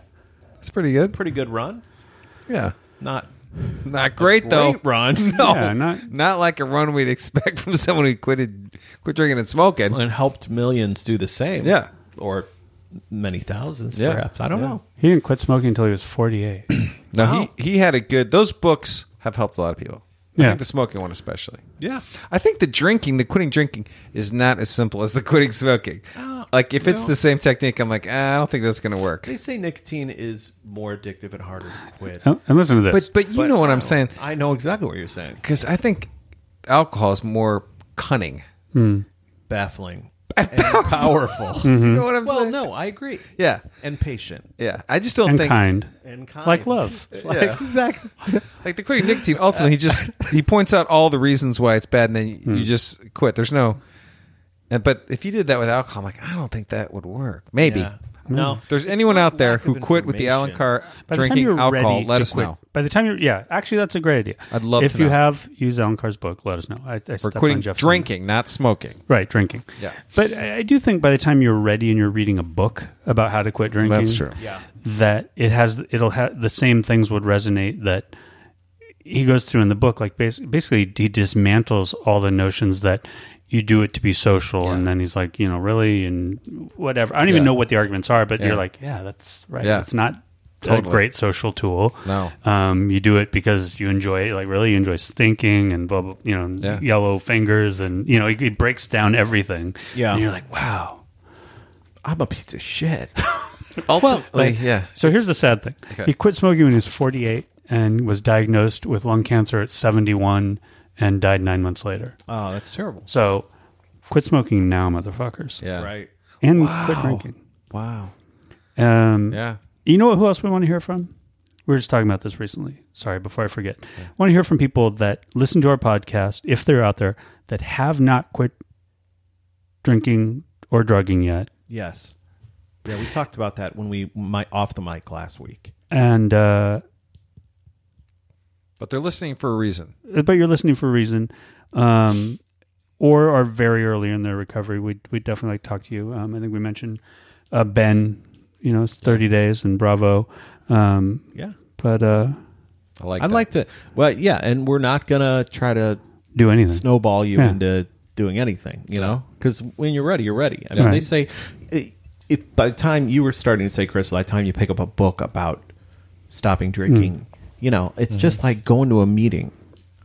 Speaker 3: That's pretty good.
Speaker 1: Pretty good run.
Speaker 3: Yeah.
Speaker 1: Not
Speaker 3: Not great, though.
Speaker 1: great run.
Speaker 3: No.
Speaker 5: Yeah, not
Speaker 3: Not like a run we'd expect from someone who quitted, quit drinking and smoking.
Speaker 1: And helped millions do the same.
Speaker 3: Yeah.
Speaker 1: Or many thousands,
Speaker 3: Yeah.
Speaker 1: perhaps. I don't know.
Speaker 5: he didn't quit smoking until he was 48.
Speaker 3: No, he, he had a good. Those books have helped a lot of people. I
Speaker 5: Yeah.
Speaker 3: think the smoking one especially.
Speaker 1: Yeah.
Speaker 3: I think the drinking, the quitting drinking, is not as simple as the quitting smoking.
Speaker 5: Uh,
Speaker 3: like if it's
Speaker 1: no.
Speaker 3: the same technique, I'm like, ah, I don't think that's going to work.
Speaker 1: They say nicotine is more addictive and harder to quit.
Speaker 5: Oh, and listen to this.
Speaker 3: But but you
Speaker 1: But
Speaker 3: know what
Speaker 1: I
Speaker 3: I'm
Speaker 1: don't-
Speaker 3: saying?
Speaker 1: I know exactly what you're saying.
Speaker 3: Because I think alcohol is more cunning.
Speaker 1: Baffling. and powerful.
Speaker 3: You
Speaker 5: Mm-hmm.
Speaker 3: know Mm-hmm. what I'm
Speaker 1: Well,
Speaker 3: saying?
Speaker 1: no, I agree.
Speaker 3: Yeah,
Speaker 1: And patient.
Speaker 3: yeah. I just don't
Speaker 5: and
Speaker 3: think
Speaker 5: kind.
Speaker 1: And kind.
Speaker 5: Like love.
Speaker 1: Like, Exactly.
Speaker 3: like the quitting nicotine. Ultimately, he just he points out all the reasons why it's bad, and then you,
Speaker 5: Hmm.
Speaker 3: you just quit. There's no. And, but if you did that with alcohol, I'm like, I don't think that would work. Maybe
Speaker 1: Yeah. No,
Speaker 3: If there's anyone out there who quit with the Alan Carr
Speaker 5: By the time
Speaker 3: drinking
Speaker 5: you're
Speaker 3: alcohol,
Speaker 5: ready
Speaker 3: let
Speaker 5: to
Speaker 3: us
Speaker 5: quit-
Speaker 3: know.
Speaker 5: By the time you're, yeah, actually, that's a great idea.
Speaker 3: I'd love
Speaker 5: if
Speaker 3: to
Speaker 5: you
Speaker 3: know.
Speaker 5: have used Alan Carr's book, let us know. I, I
Speaker 3: We're
Speaker 5: step on
Speaker 3: quitting
Speaker 5: Jeff on
Speaker 3: drinking, not smoking.
Speaker 5: that. right? Drinking.
Speaker 3: Yeah.
Speaker 5: but I, I do think by the time you're ready and you're reading a book about how to quit drinking,
Speaker 3: That's true.
Speaker 1: Yeah.
Speaker 5: that it has it'll have the same things would resonate that he goes through in the book like bas- basically he dismantles all the notions that you do it to be social and then he's like you know really and whatever i don't even
Speaker 3: Yeah.
Speaker 5: know what the arguments are but
Speaker 3: Yeah.
Speaker 5: you're like yeah that's right
Speaker 3: Yeah.
Speaker 5: it's not a
Speaker 3: Totally.
Speaker 5: great social tool
Speaker 3: No.
Speaker 5: um, you do it because you enjoy it like really you enjoy stinking and blah blah you know and
Speaker 3: Yeah.
Speaker 5: yellow fingers and you know he, he breaks down everything
Speaker 1: Yeah.
Speaker 5: and you're like wow
Speaker 1: I'm a piece of shit.
Speaker 3: Ultimately, yeah.
Speaker 5: So here's the sad thing. He quit smoking when he was 48 and was diagnosed with lung cancer at 71 and died nine months later.
Speaker 1: Oh, that's terrible.
Speaker 5: So quit smoking now, motherfuckers.
Speaker 3: Yeah.
Speaker 1: Right.
Speaker 5: And quit drinking.
Speaker 3: Wow.
Speaker 5: Um,
Speaker 3: Yeah.
Speaker 5: You know who else we want to hear from? We were just talking about this recently. Sorry, before I forget. I want to hear from people that listen to our podcast, if they're out there, that have not quit drinking or drugging yet.
Speaker 1: Yes. Yeah, we talked about that when we my, off the mic last week.
Speaker 5: And, uh,
Speaker 3: But they're listening for a reason.
Speaker 5: but you're listening for a reason, um, or are very early in their recovery, we we definitely like to talk to you. Um, I think we mentioned uh, Ben, you know, it's 30 days and Bravo, um,
Speaker 1: Yeah.
Speaker 5: but uh,
Speaker 3: I like.
Speaker 1: I'd
Speaker 3: that.
Speaker 1: like to. Well, yeah, and we're not gonna try to
Speaker 5: do anything.
Speaker 1: snowball you
Speaker 5: Yeah.
Speaker 1: into doing anything, you know? Because when you're ready, you're ready. I mean,
Speaker 5: Right.
Speaker 1: they say i- if by the time you were starting to say, Chris, by the time you pick up a book about stopping
Speaker 5: Hmm.
Speaker 1: drinking, you know, it's just
Speaker 5: Mm-hmm.
Speaker 1: like going to a meeting.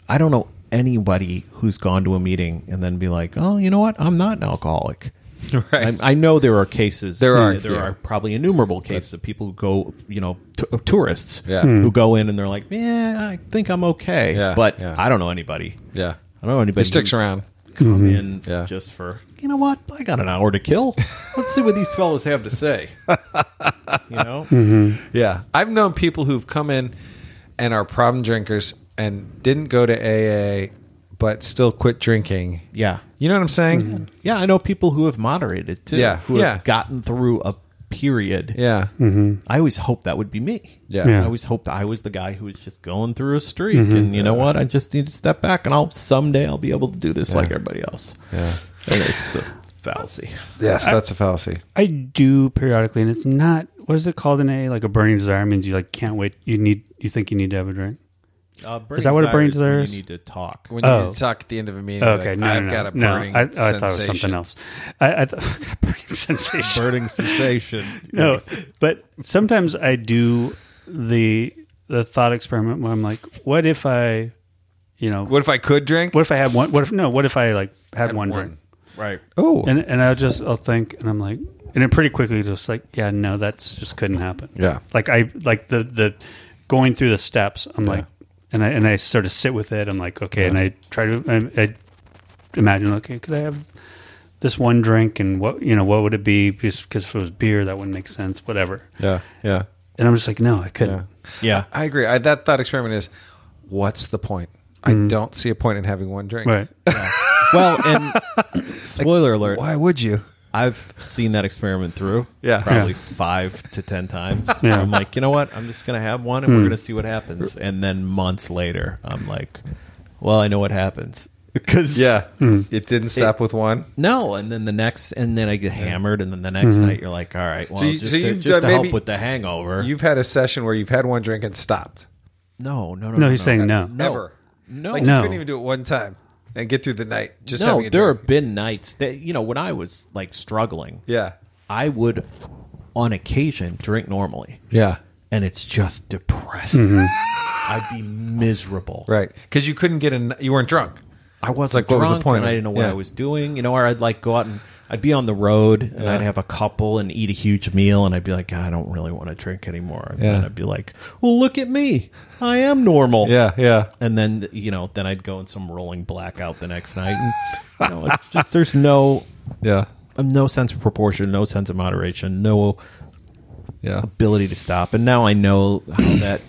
Speaker 1: I don't know anybody who's gone to a meeting and then be like, oh, you know what? I'm not an alcoholic.
Speaker 3: Right.
Speaker 1: I, I know there are cases.
Speaker 3: There are a
Speaker 1: there
Speaker 3: few.
Speaker 1: are probably innumerable cases of people who go, you know, t- tourists
Speaker 3: Yeah. Hmm.
Speaker 1: who go in and they're like, "Yeah, I think I'm okay,"
Speaker 3: Yeah,
Speaker 1: but
Speaker 3: yeah.
Speaker 1: I don't know anybody.
Speaker 3: Yeah.
Speaker 1: I don't know anybody
Speaker 3: It sticks
Speaker 1: who's
Speaker 3: around.
Speaker 1: Come in
Speaker 3: Yeah.
Speaker 1: just for you know what? I got an hour to kill. Let's see what these fellows have to say. You know,
Speaker 3: Yeah. I've known people who've come in and are problem drinkers and didn't go to AA, but still quit drinking.
Speaker 1: yeah,
Speaker 3: You know what I'm saying?
Speaker 1: yeah. I know people who have moderated too.
Speaker 3: Yeah,
Speaker 1: who
Speaker 3: yeah.
Speaker 1: have gotten through a period.
Speaker 3: Yeah.
Speaker 1: I always hoped that would be me.
Speaker 3: Mm-hmm. Yeah.
Speaker 5: Yeah. Mm-hmm.
Speaker 1: I always hoped I was the guy who was just going through a streak, and you know what? I just need to step back, and I'll someday I'll be able to do this like everybody else. Yeah, and it's a fallacy.
Speaker 3: Yes, that's a fallacy.
Speaker 5: I do periodically, and it's not what is it called in AA? Like a burning desire means you like can't wait. You need you think you need to have a drink.
Speaker 1: Uh,
Speaker 5: Is that what a
Speaker 1: desire is
Speaker 5: brain desire
Speaker 1: when You
Speaker 5: is?
Speaker 1: need to talk.
Speaker 3: When you
Speaker 5: Oh.
Speaker 3: talk at the end of a meeting,
Speaker 5: Okay,
Speaker 3: like,
Speaker 5: no,
Speaker 3: I've
Speaker 5: no,
Speaker 3: got a
Speaker 5: no.
Speaker 3: burning
Speaker 5: I, I thought
Speaker 3: sensation.
Speaker 5: it was something else. I, I thought burning sensation.
Speaker 1: Burning sensation.
Speaker 5: no, but sometimes I do the the thought experiment where I'm like, what if I, you know, what,
Speaker 3: What if I could drink?
Speaker 5: if I had one? What if no? What if I like had one,
Speaker 3: one.
Speaker 5: drink?
Speaker 1: Right.
Speaker 3: Oh,
Speaker 5: And and I'll just I'll think and I'm like, and it pretty quickly just like, yeah, no, that's just couldn't happen.
Speaker 3: Yeah.
Speaker 5: like I like the the going through the steps. I'm
Speaker 3: Yeah.
Speaker 5: like, and I and I sort of sit with it. I'm like, okay, and I try to I, I imagine, okay, could I have this one drink and what you know what would it be? Just because if it was beer, that wouldn't make sense. Whatever.
Speaker 3: yeah, yeah,
Speaker 5: And I'm just like, no, I couldn't.
Speaker 3: yeah.
Speaker 1: Yeah.
Speaker 3: I agree. I, that thought experiment is, what's the point?
Speaker 1: Mm.
Speaker 3: I don't see a point in having one drink.
Speaker 5: Right.
Speaker 1: Well, and spoiler alert,
Speaker 3: Why would you?
Speaker 1: I've seen that experiment through.
Speaker 3: Yeah.
Speaker 1: Probably
Speaker 5: Yeah.
Speaker 1: five to ten times.
Speaker 5: Yeah. Hmm.
Speaker 1: I'm like, you know what? I'm just going to have one and we're going to see what happens. And then months later, I'm like, well, I know what happens. Because
Speaker 3: Yeah,
Speaker 1: Mm.
Speaker 3: it didn't stop with one.
Speaker 1: No, and then the next, and then I get hammered, and then the
Speaker 5: Mm-hmm.
Speaker 1: next night you're like, "All right, well,
Speaker 3: you-
Speaker 1: just,
Speaker 3: so
Speaker 1: to,
Speaker 3: you've
Speaker 1: just to
Speaker 3: done
Speaker 1: help
Speaker 3: maybe-
Speaker 1: with the hangover."
Speaker 3: You've had a session where you've had one drink and stopped.
Speaker 1: no, no, no,
Speaker 5: No, he's saying no.
Speaker 1: No.
Speaker 3: Ever.
Speaker 1: no.
Speaker 3: Like
Speaker 5: No.
Speaker 3: you couldn't even do it one time and get through the night. Just
Speaker 1: no,
Speaker 3: having a
Speaker 1: there
Speaker 3: drink.
Speaker 1: have been nights that you know when I was like struggling,
Speaker 3: Yeah,
Speaker 1: I would, on occasion, drink normally,
Speaker 3: yeah,
Speaker 1: and it's just depressing.
Speaker 5: Mm-hmm.
Speaker 1: I'd be miserable.
Speaker 3: right. Because you couldn't get an. You weren't drunk.
Speaker 1: I wasn't
Speaker 3: like, what
Speaker 1: drunk,
Speaker 3: was the point
Speaker 1: and I
Speaker 3: of it?
Speaker 1: didn't know what
Speaker 3: Yeah.
Speaker 1: I was doing. You know, or I'd like go out and I'd be on the road and I'd have a couple and eat a huge meal, and I'd be like, I don't really want to drink anymore. And
Speaker 3: Yeah.
Speaker 1: then I'd be like, Well, look at me, I am normal.
Speaker 3: Yeah, yeah.
Speaker 1: And then you know, then I'd go in some rolling blackout the next night. And, you know, it's just there's no
Speaker 3: Yeah.
Speaker 1: no sense of proportion, no sense of moderation, no
Speaker 3: Yeah.
Speaker 1: ability to stop. And now I know how that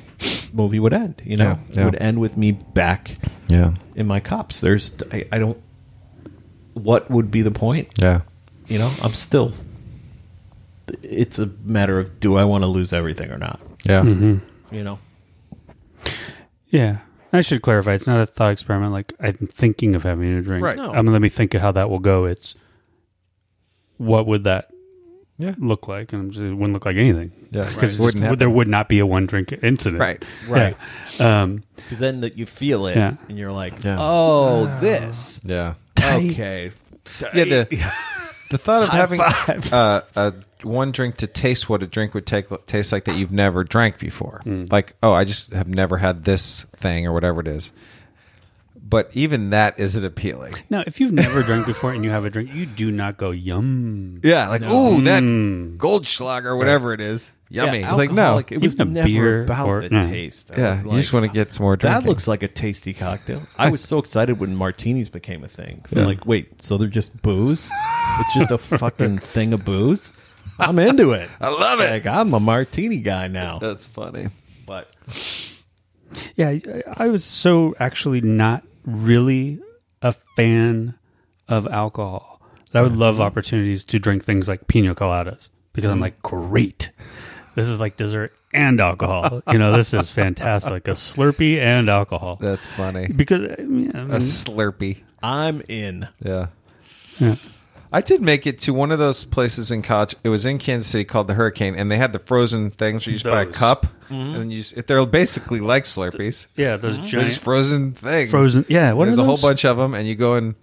Speaker 1: movie would end. You know,
Speaker 3: Yeah, yeah.
Speaker 1: it would end with me back
Speaker 3: Yeah.
Speaker 1: in my cops. There's, I, I don't. What would be the point?
Speaker 3: Yeah.
Speaker 1: You know, I'm still it's a matter of do I want to lose everything or not?
Speaker 3: Yeah.
Speaker 1: You know,
Speaker 5: Yeah. I should clarify. It's not a thought experiment. Like I'm thinking of having a drink.
Speaker 3: Right.
Speaker 1: No.
Speaker 5: I'm let me think of how that will go. It's what would that
Speaker 3: Yeah.
Speaker 5: look like? And I'm just- it wouldn't look like anything.
Speaker 3: Yeah.
Speaker 5: Because
Speaker 3: Right. Wouldn't happen.
Speaker 5: there would not be a one drink incident.
Speaker 3: Right.
Speaker 5: Right. Um,
Speaker 1: because then that you feel it
Speaker 5: Yeah.
Speaker 1: and you're like,
Speaker 3: Yeah.
Speaker 1: oh, this
Speaker 3: Yeah.
Speaker 1: okay.
Speaker 3: Yeah. The, the thought of having uh, a one drink to taste what a drink would take, taste like that you've never drank before.
Speaker 1: Hmm.
Speaker 3: Like, oh, I just have never had this thing or whatever it is. But even that isn't appealing.
Speaker 5: now, if you've never drank before and you have a drink, you do not go yum.
Speaker 3: Yeah, like ooh, that Goldschlager, whatever it is, yummy.
Speaker 1: Hmm. Yeah,
Speaker 3: it's like
Speaker 1: alcohol,
Speaker 3: no,
Speaker 1: it was
Speaker 5: Even a
Speaker 1: never
Speaker 5: beer
Speaker 1: about
Speaker 5: or-
Speaker 1: the
Speaker 5: no.
Speaker 1: taste. I
Speaker 3: yeah,
Speaker 1: was
Speaker 3: you just
Speaker 1: like,
Speaker 3: want to get some more.
Speaker 1: That
Speaker 3: drinking.
Speaker 1: looks like a tasty cocktail. I was so excited when martinis became a thing. So I'm like, wait, so they're just booze? It's just a fucking thing of booze? I'm into it.
Speaker 3: I love it.
Speaker 1: Like I'm a martini guy now.
Speaker 3: That's funny.
Speaker 1: But
Speaker 5: Yeah, I- I was so actually not really a fan of alcohol. So I would love opportunities to drink things like pina coladas because I'm like, great. This is like dessert and alcohol. You know, this is fantastic. A Slurpee and alcohol.
Speaker 3: That's funny.
Speaker 5: Because I mean, I
Speaker 3: A
Speaker 5: mean,
Speaker 3: Slurpee.
Speaker 1: I'm in.
Speaker 3: Yeah.
Speaker 5: Yeah.
Speaker 3: I did make it to one of those places in college. It was in Kansas City called the Hurricane, and they had the frozen things where you just buy a
Speaker 5: Those.
Speaker 3: cup, and you, s- they're basically like Slurpees.
Speaker 5: yeah, those
Speaker 3: They're
Speaker 5: giant
Speaker 3: just frozen things.
Speaker 5: frozen. Yeah, what
Speaker 3: There's
Speaker 5: are
Speaker 3: a whole
Speaker 5: those?
Speaker 3: bunch of them, and you go and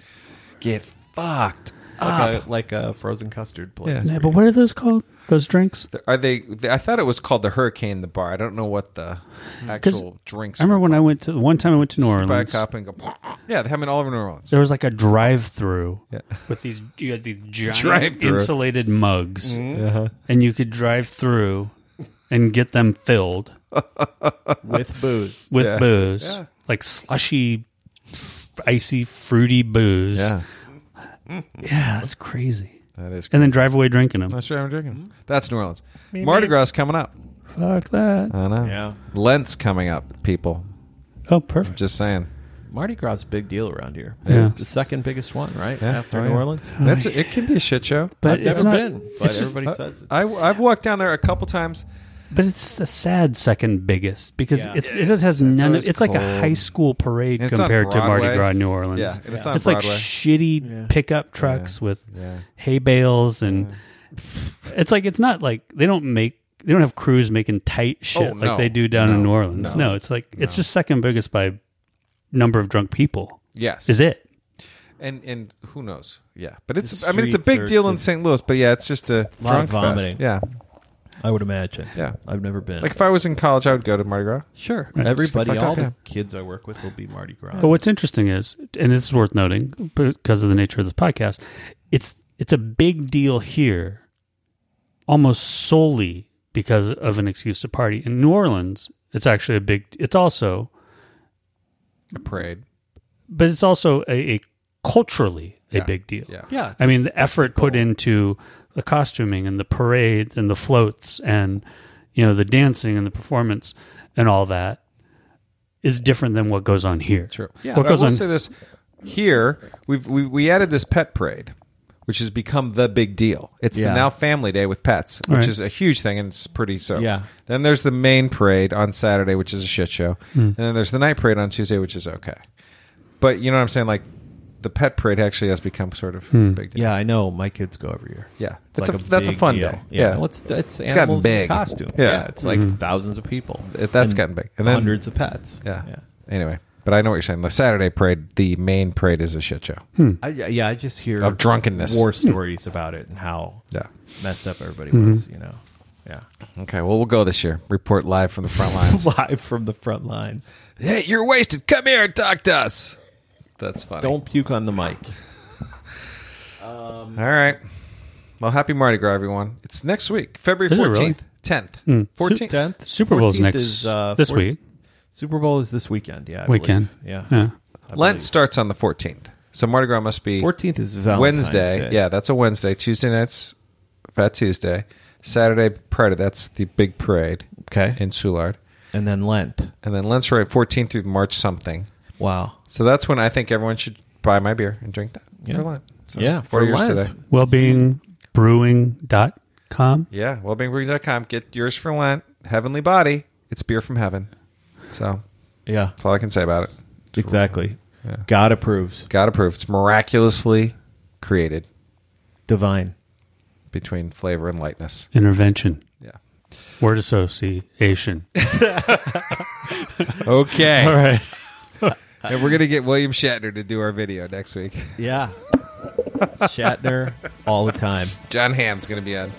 Speaker 3: get fucked.
Speaker 1: Like a, like a frozen custard place.
Speaker 5: Yeah, but what are those called? Those drinks?
Speaker 3: Are they? I thought it was called the Hurricane, the bar. I don't know what the actual drinks.
Speaker 5: Mm-hmm. I remember when I went to one time I went to New
Speaker 3: were. You buy a
Speaker 5: Orleans.
Speaker 3: cup and go. Yeah, they have them in all over New Orleans.
Speaker 5: there was like a drive-through
Speaker 3: Yeah.
Speaker 5: with these you had these giant
Speaker 3: Drive-thru.
Speaker 5: insulated mugs,
Speaker 3: Mm-hmm.
Speaker 5: and you could drive through and get them filled
Speaker 1: With booze.
Speaker 5: with
Speaker 3: Yeah.
Speaker 5: booze,
Speaker 3: Yeah.
Speaker 5: like slushy, f- icy, fruity booze. yeah, that's crazy.
Speaker 3: that is.
Speaker 5: And then drive away drinking them.
Speaker 3: That's what I'm drinking. That's New Orleans. Mardi Gras is coming up.
Speaker 5: Fuck that.
Speaker 3: I know.
Speaker 1: Yeah.
Speaker 3: Lent's coming up, people.
Speaker 5: Oh, perfect.
Speaker 3: Just saying.
Speaker 1: Mardi Gras is a big deal around here.
Speaker 5: Yeah.
Speaker 1: It's the second biggest one, right? After
Speaker 3: Oh,
Speaker 1: New
Speaker 3: yeah.
Speaker 1: Orleans.
Speaker 3: That's a, it. Can be a shit show.
Speaker 5: But
Speaker 1: I've
Speaker 5: it's
Speaker 1: never
Speaker 5: not,
Speaker 1: been, but everybody says it.
Speaker 3: uh, I, I've walked down there a couple times.
Speaker 5: But it's a sad second biggest because
Speaker 1: Yeah.
Speaker 5: it's, it just has none of
Speaker 3: always
Speaker 5: it's like a
Speaker 3: cold.
Speaker 5: high school parade
Speaker 3: And it's on
Speaker 5: compared to Mardi
Speaker 3: Broadway.
Speaker 5: Gras New Orleans.
Speaker 3: Yeah, and it's on
Speaker 5: it's like
Speaker 3: Broadway.
Speaker 5: shitty pickup trucks with hay bales and it's like it's not like they don't make they don't have crews making tight shit
Speaker 3: Oh,
Speaker 5: like
Speaker 3: no.
Speaker 5: they do down in
Speaker 3: No.
Speaker 5: New Orleans. No,
Speaker 3: No.
Speaker 5: it's like it's just second biggest by number of drunk people.
Speaker 3: Yes.
Speaker 5: Is it?
Speaker 3: And and who knows? Yeah. But it's.
Speaker 1: The
Speaker 3: I mean, it's a
Speaker 1: streets
Speaker 3: big
Speaker 1: are
Speaker 3: deal in
Speaker 1: just-
Speaker 3: St. Louis. But yeah, it's just a
Speaker 1: Lot
Speaker 3: drunk
Speaker 1: of vomiting.
Speaker 3: fest. Yeah.
Speaker 1: I would imagine.
Speaker 3: Yeah.
Speaker 1: I've never been.
Speaker 3: Like if I was in college, I would go to Mardi Gras.
Speaker 1: sure.
Speaker 5: Right.
Speaker 1: Everybody,
Speaker 3: Just get
Speaker 1: all
Speaker 3: fucked
Speaker 1: the
Speaker 3: up,
Speaker 1: kids I work with will be Mardi Gras.
Speaker 5: But what's interesting is, and this is worth noting because of the nature of this podcast, it's it's a big deal here, almost solely because of an excuse to party. In New Orleans, it's actually a big. It's also,
Speaker 3: A parade.
Speaker 5: but it's also a, a culturally a big deal.
Speaker 3: Yeah.
Speaker 1: Yeah.
Speaker 5: I mean, the effort put into the costuming and the parades and the floats and you know the dancing and the performance and all that is different than what goes on here.
Speaker 3: True.
Speaker 5: What
Speaker 3: but I
Speaker 5: goes
Speaker 3: will
Speaker 5: on?
Speaker 3: say this here we've we, we added this pet parade, which has become the big deal. It's the
Speaker 1: Yeah.
Speaker 3: now family day with pets, which
Speaker 5: Right.
Speaker 3: is a huge thing and it's pretty so.
Speaker 1: Yeah.
Speaker 3: Then there's the main parade on Saturday, which is a shit show, and then there's the night parade on Tuesday, which is okay. But you know what I'm saying? Like the pet parade actually has become sort of a big deal.
Speaker 1: Yeah, I know. My kids go every year.
Speaker 3: Yeah.
Speaker 1: It's
Speaker 3: That's
Speaker 1: like
Speaker 3: a- that's a
Speaker 1: big
Speaker 3: fun
Speaker 1: deal.
Speaker 3: day.
Speaker 1: Yeah,
Speaker 3: Yeah.
Speaker 1: Well, it's it's
Speaker 3: gotten
Speaker 1: animals in
Speaker 3: big.
Speaker 1: costumes.
Speaker 3: Yeah. Mm-hmm.
Speaker 1: Yeah, it's like thousands of people.
Speaker 3: It- that's
Speaker 1: And
Speaker 3: gotten big. And then-
Speaker 1: hundreds of pets.
Speaker 3: Yeah. Anyway, but I know what you're saying. The Saturday parade, the main parade, is a shit show.
Speaker 1: I, yeah, I just hear
Speaker 3: Of drunkenness.
Speaker 1: war stories about it, and how
Speaker 3: Yeah.
Speaker 1: messed up everybody
Speaker 5: Mm-hmm.
Speaker 1: was. You know, yeah,
Speaker 3: Okay. Well, we'll go this year. Report live from the front lines.
Speaker 1: live from the front lines.
Speaker 3: Hey, you're wasted. Come here and talk to us. That's funny.
Speaker 1: Don't puke on the mic.
Speaker 3: All right. Well, happy Mardi Gras, everyone. It's next week, February
Speaker 5: Is it really?
Speaker 3: 14th, 10th, 14th.
Speaker 1: Hmm. Tenth uh,
Speaker 5: Super Bowl's next this week.
Speaker 1: Super Bowl is this weekend. Yeah, I
Speaker 5: Weekend.
Speaker 1: believe. Yeah,
Speaker 5: Yeah.
Speaker 3: Lent starts on the 14th. So Mardi Gras must be
Speaker 1: Fourteenth is Valentine's
Speaker 3: Wednesday.
Speaker 1: Day.
Speaker 3: Yeah, that's a Wednesday. Tuesday night's Fat Tuesday. Saturday, party. That's the big parade
Speaker 1: Okay.
Speaker 3: in Soulard.
Speaker 1: and then Lent.
Speaker 3: And then Lent's right, 14th through March something.
Speaker 1: Wow.
Speaker 3: So that's when I think everyone should buy my beer and drink that
Speaker 1: Yeah.
Speaker 3: for Lent. So
Speaker 1: Yeah,
Speaker 3: four
Speaker 1: for
Speaker 3: years
Speaker 1: Lent.
Speaker 3: today.
Speaker 5: Wellbeingbrewing.com. com.
Speaker 3: Yeah, wellbeingbrew.com. Get yours for Lent. Heavenly Body. It's beer from heaven. So
Speaker 1: Yeah,
Speaker 3: that's all I can say about it.
Speaker 1: exactly. God approves.
Speaker 3: God approved. It's miraculously created
Speaker 1: Divine.
Speaker 3: between flavor and lightness.
Speaker 5: Intervention.
Speaker 3: Yeah.
Speaker 5: Word association.
Speaker 3: Okay.
Speaker 5: All right.
Speaker 3: And we're going to get William Shatner to do our video next week.
Speaker 1: Yeah. Shatner all the time.
Speaker 3: John Hamm's going to be on.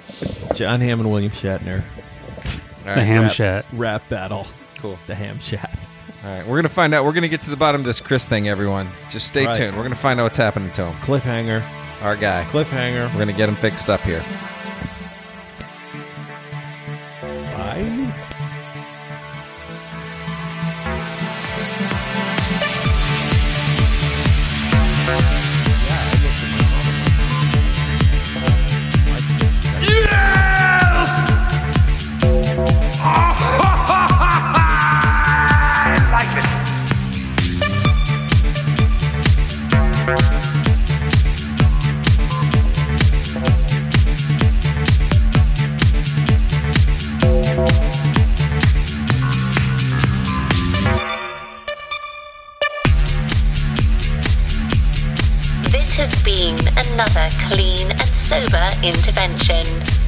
Speaker 1: John Hamm and William Shatner.
Speaker 5: The ham
Speaker 1: Rap-
Speaker 5: chat.
Speaker 1: Rap battle.
Speaker 3: Cool.
Speaker 1: The ham chat.
Speaker 3: All right. We're going to find out. We're going to get to the bottom of this Chris thing, everyone. Just stay
Speaker 1: Right.
Speaker 3: tuned. We're going to find out what's happening to him.
Speaker 1: Cliffhanger.
Speaker 3: Our guy.
Speaker 1: Cliffhanger.
Speaker 3: We're going to get him fixed up here.
Speaker 1: Bye.
Speaker 2: This has been another clean and sober intervention.